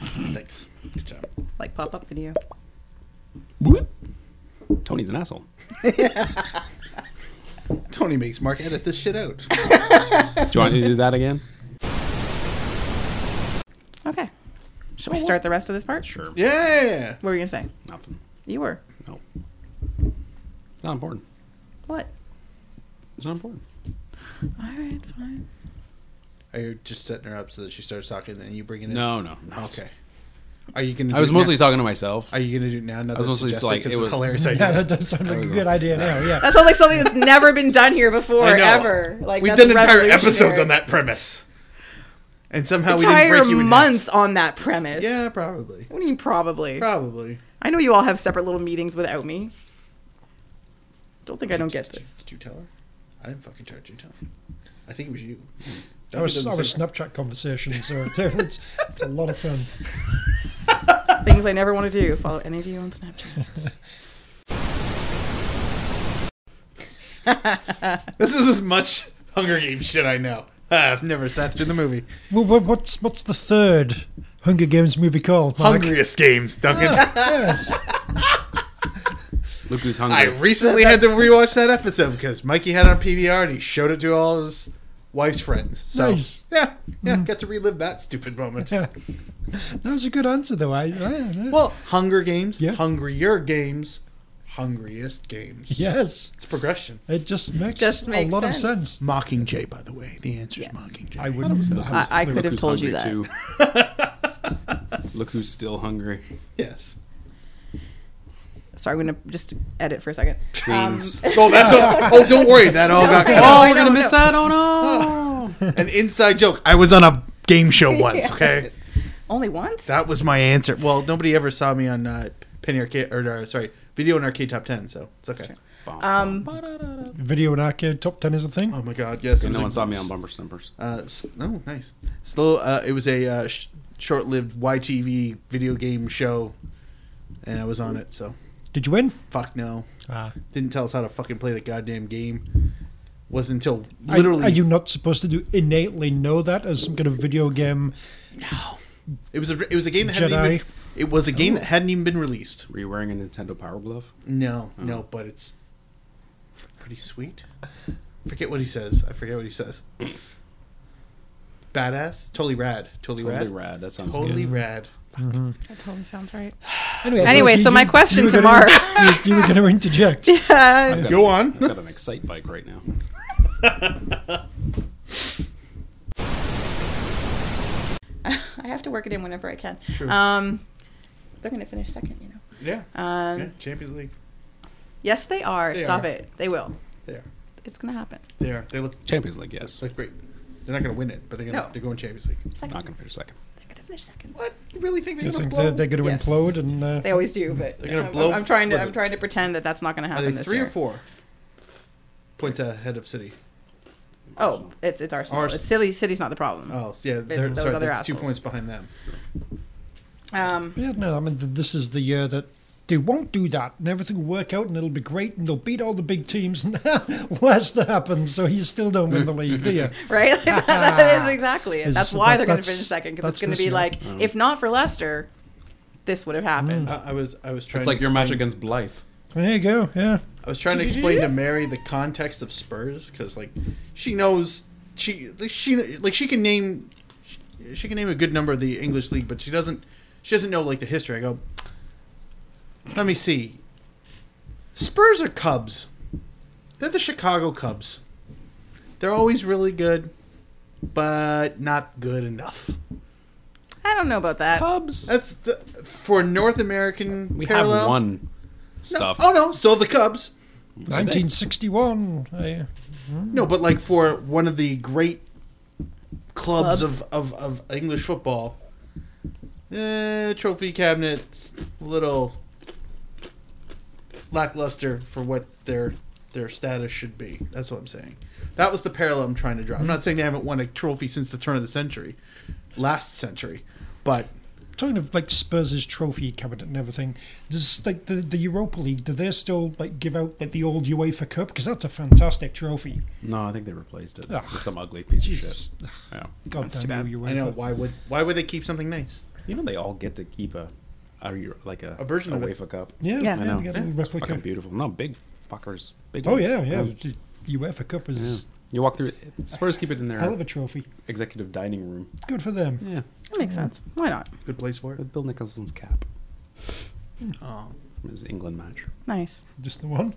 D: Thanks. Good job.
B: Like pop up video.
A: Tony's an asshole.
D: Tony makes Mark edit this shit out.
A: Do you want me to do that again?
B: Okay. Should we start the rest of this part?
A: Sure.
D: Yeah.
B: What were you gonna say?
A: Nothing.
B: You were
A: No. It's not important.
B: what?
A: It's not important.
B: All right. Fine.
D: Are you just setting her up so that she starts talking and then you bring it in?
A: No, no, no.
D: Okay. Are you gonna?
A: I was
D: do it
A: mostly
D: Now?
A: talking to myself.
D: Are you gonna do it now? Now I
A: was mostly just like, it was-
D: hilarious
C: Yeah,
D: idea.
C: that does sound like a good idea now, yeah.
B: That sounds like something that's never been done here before,
D: I know.
B: ever. Like
D: We've
B: that's
D: done entire
B: revolutionary.
D: episodes on that premise, and somehow we didn't
B: Entire
D: break you in half.
B: months on that premise.
D: Yeah, probably.
B: What do you mean probably?
D: Probably.
B: I know you all have separate little meetings without me. Don't think I don't get
D: Did you,
B: this.
D: did you tell her? I didn't fucking charge you. Tell her. I think it was you.
C: That was, that was Snapchat conversations, so it's, it's a lot of fun.
B: Things I never want to do. Follow any of you on Snapchat.
D: This is as much Hunger Games shit I know. Ah, I've never sat through the movie.
C: Well, what- what's, what's the third Hunger Games movie called? Mark?
D: Hungriest games, Duncan.
C: Yes.
A: Look who's
D: I
A: hungry.
D: recently had to rewatch that episode because Mikey had it on PVR and he showed it to all his wife's friends. So
C: Nice. Mm-hmm.
D: yeah, yeah, got to relive that stupid moment.
C: Yeah. That was a good answer, though. I, I
D: Well, Hunger Games,
C: Yeah.
D: hungrier games, hungriest games.
C: yes.
D: It's progression.
C: It just makes,
B: Just
C: a
B: makes
C: lot of
B: sense.
C: sense.
D: Mockingjay, by the way, the answer is Mockingjay.
C: I wouldn't.
B: I, I could have told you that.
A: Look who's still hungry.
D: yes.
B: Sorry, I'm gonna just edit for a second.
A: Please.
D: Oh, that's all. Oh, don't worry, that all got cut.
B: Oh,
A: oh, we're
B: Um, I know,
A: gonna
B: I
A: miss
B: know.
A: that. Oh no.
D: An inside joke. I was on a game show once. Okay.
B: Only once?
D: That was my answer. Well, nobody ever saw me on uh, Penny Arcade or uh, sorry, Video and Arcade Top Ten, so it's okay.
B: um,
C: Video and arcade top 10 is a thing.
D: Oh my God, yes. it was
A: no
D: a-
A: one saw me on Bumper Stumpers.
D: Uh, s- oh, nice. Slow. Uh, it was a uh, sh- short-lived YTV video game show, and I was on it. So
C: Did you win?
D: fuck no.
C: Ah.
D: Didn't tell us how to fucking play the goddamn game. Was until
C: Are-
D: literally
C: Are, you not supposed to do innately know that as some kind of video game?
D: it was a it was a game that hadn't
C: Jedi?
D: even it was a
A: Oh.
D: game that hadn't even been released.
A: Were you wearing a Nintendo Power Glove?
D: No,
A: Oh.
D: no, but it's pretty sweet. Forget what he says. I forget what he says. Badass, totally rad, totally,
A: Totally
D: rad,
A: rad. That sounds
D: totally
A: good.
D: rad.
B: that totally sounds right.
C: Anyway,
B: Anyway, so my question to
C: Mark.
B: Mark-
C: You, you were going to interject.
A: I've got
D: Go
A: an-
D: on.
A: I've got an Excite bike right now.
B: I have to work it in whenever I can. Um, they're gonna finish second, you know.
D: Yeah,
B: Um,
D: yeah. Champions League.
B: Yes, they are.
D: They
B: Stop
D: are.
B: it. They will.
D: There,
B: It's gonna happen.
D: there. They look
A: Champions League, yes.
D: like great. They're not going to win it, but they're going to
B: No.
D: they're going Champions League.
B: Second.
A: Not gonna finish second.
B: They're gonna finish second.
D: What? You really think
C: You
D: they're going
C: think
D: to
C: they're,
D: blow?
C: they're going to
B: Yes.
C: implode and uh,
B: They always do, but
D: They're gonna
B: I'm,
D: blow
B: I'm trying to.
D: flip
B: I'm
D: it.
B: trying to pretend that that's not gonna
D: Are
B: happen
D: they
B: this
D: three
B: year.
D: or four? Points ahead of City.
B: Oh, it's it's Arsenal.
D: Arsenal.
B: It's silly. City's not the problem.
D: Oh, yeah. They're,
B: those
D: sorry,
B: other
D: that's two
B: assholes.
D: points behind them.
B: Um,
C: yeah, no, I mean th- this is the year that they won't do that and everything will work out and it'll be great and they'll beat all the big teams and worst happens. So you still don't win the league, do you?
B: right? that is exactly it.
C: Is-
B: That's why they're going to
C: that's-
B: finish second because it's
C: that's
B: going to
C: this
B: be
C: year.
B: like,
D: Oh.
B: if not for Leicester, this would have happened.
D: I, I was I was trying.
A: It's
D: to
A: like your match
D: explain-
A: against Blythe.
C: There you go. Yeah.
D: I was trying to explain to Mary the context of Spurs because like she knows she like, she like she can name she, she can name a good number of the English league, but she doesn't she doesn't know like the history. I go, let me see. Spurs are Cubs. They're the Chicago Cubs. They're always really good, but not good enough.
B: I don't know about that.
A: Cubs.
D: That's the, for North American
A: We
D: parallel.
A: have one
D: No,
A: stuff.
D: Oh no, still the Cubs.
C: 1961. I-
D: No, but like for one of the great clubs,
B: Clubs.
D: Of, of, of English football, eh, trophy cabinets, a little lackluster for what their their status should be. That's what I'm saying. That was the parallel I'm trying to draw. I'm not saying they haven't won a trophy since the turn of the century, last century, but
C: Talking of like Spurs' trophy cabinet and everything, does like the, the Europa League, do they still like give out like the old UEFA Cup? Because that's a fantastic trophy.
A: No, I think they replaced it.
C: Ugh.
A: with some ugly piece
C: Jesus. Ah,
A: of shit. Yeah.
C: God
B: too
C: damn
B: bad.
C: you, UEFA.
D: I know why would why would they keep something nice?
A: You know they all get to keep a, a Euro- like a,
D: A version
A: a
D: of it.
A: wafer cup.
B: Yeah.
C: Yeah, yeah,
A: I know.
C: they get a little
A: It's
C: replica.
A: fucking beautiful. No, big fuckers. Big
C: Oh
A: ones. Um,
C: yeah, yeah.
D: Um,
C: The UEFA Cup is
A: You walk through. Spurs keep it in
C: hell
A: their
C: of a trophy.
A: executive dining room.
C: Good for them.
A: Yeah,
B: That makes sense. Why not?
D: Good place for it.
A: with Bill Nicholson's cap
D: Oh.
A: from his England match.
B: Nice.
C: Just the one.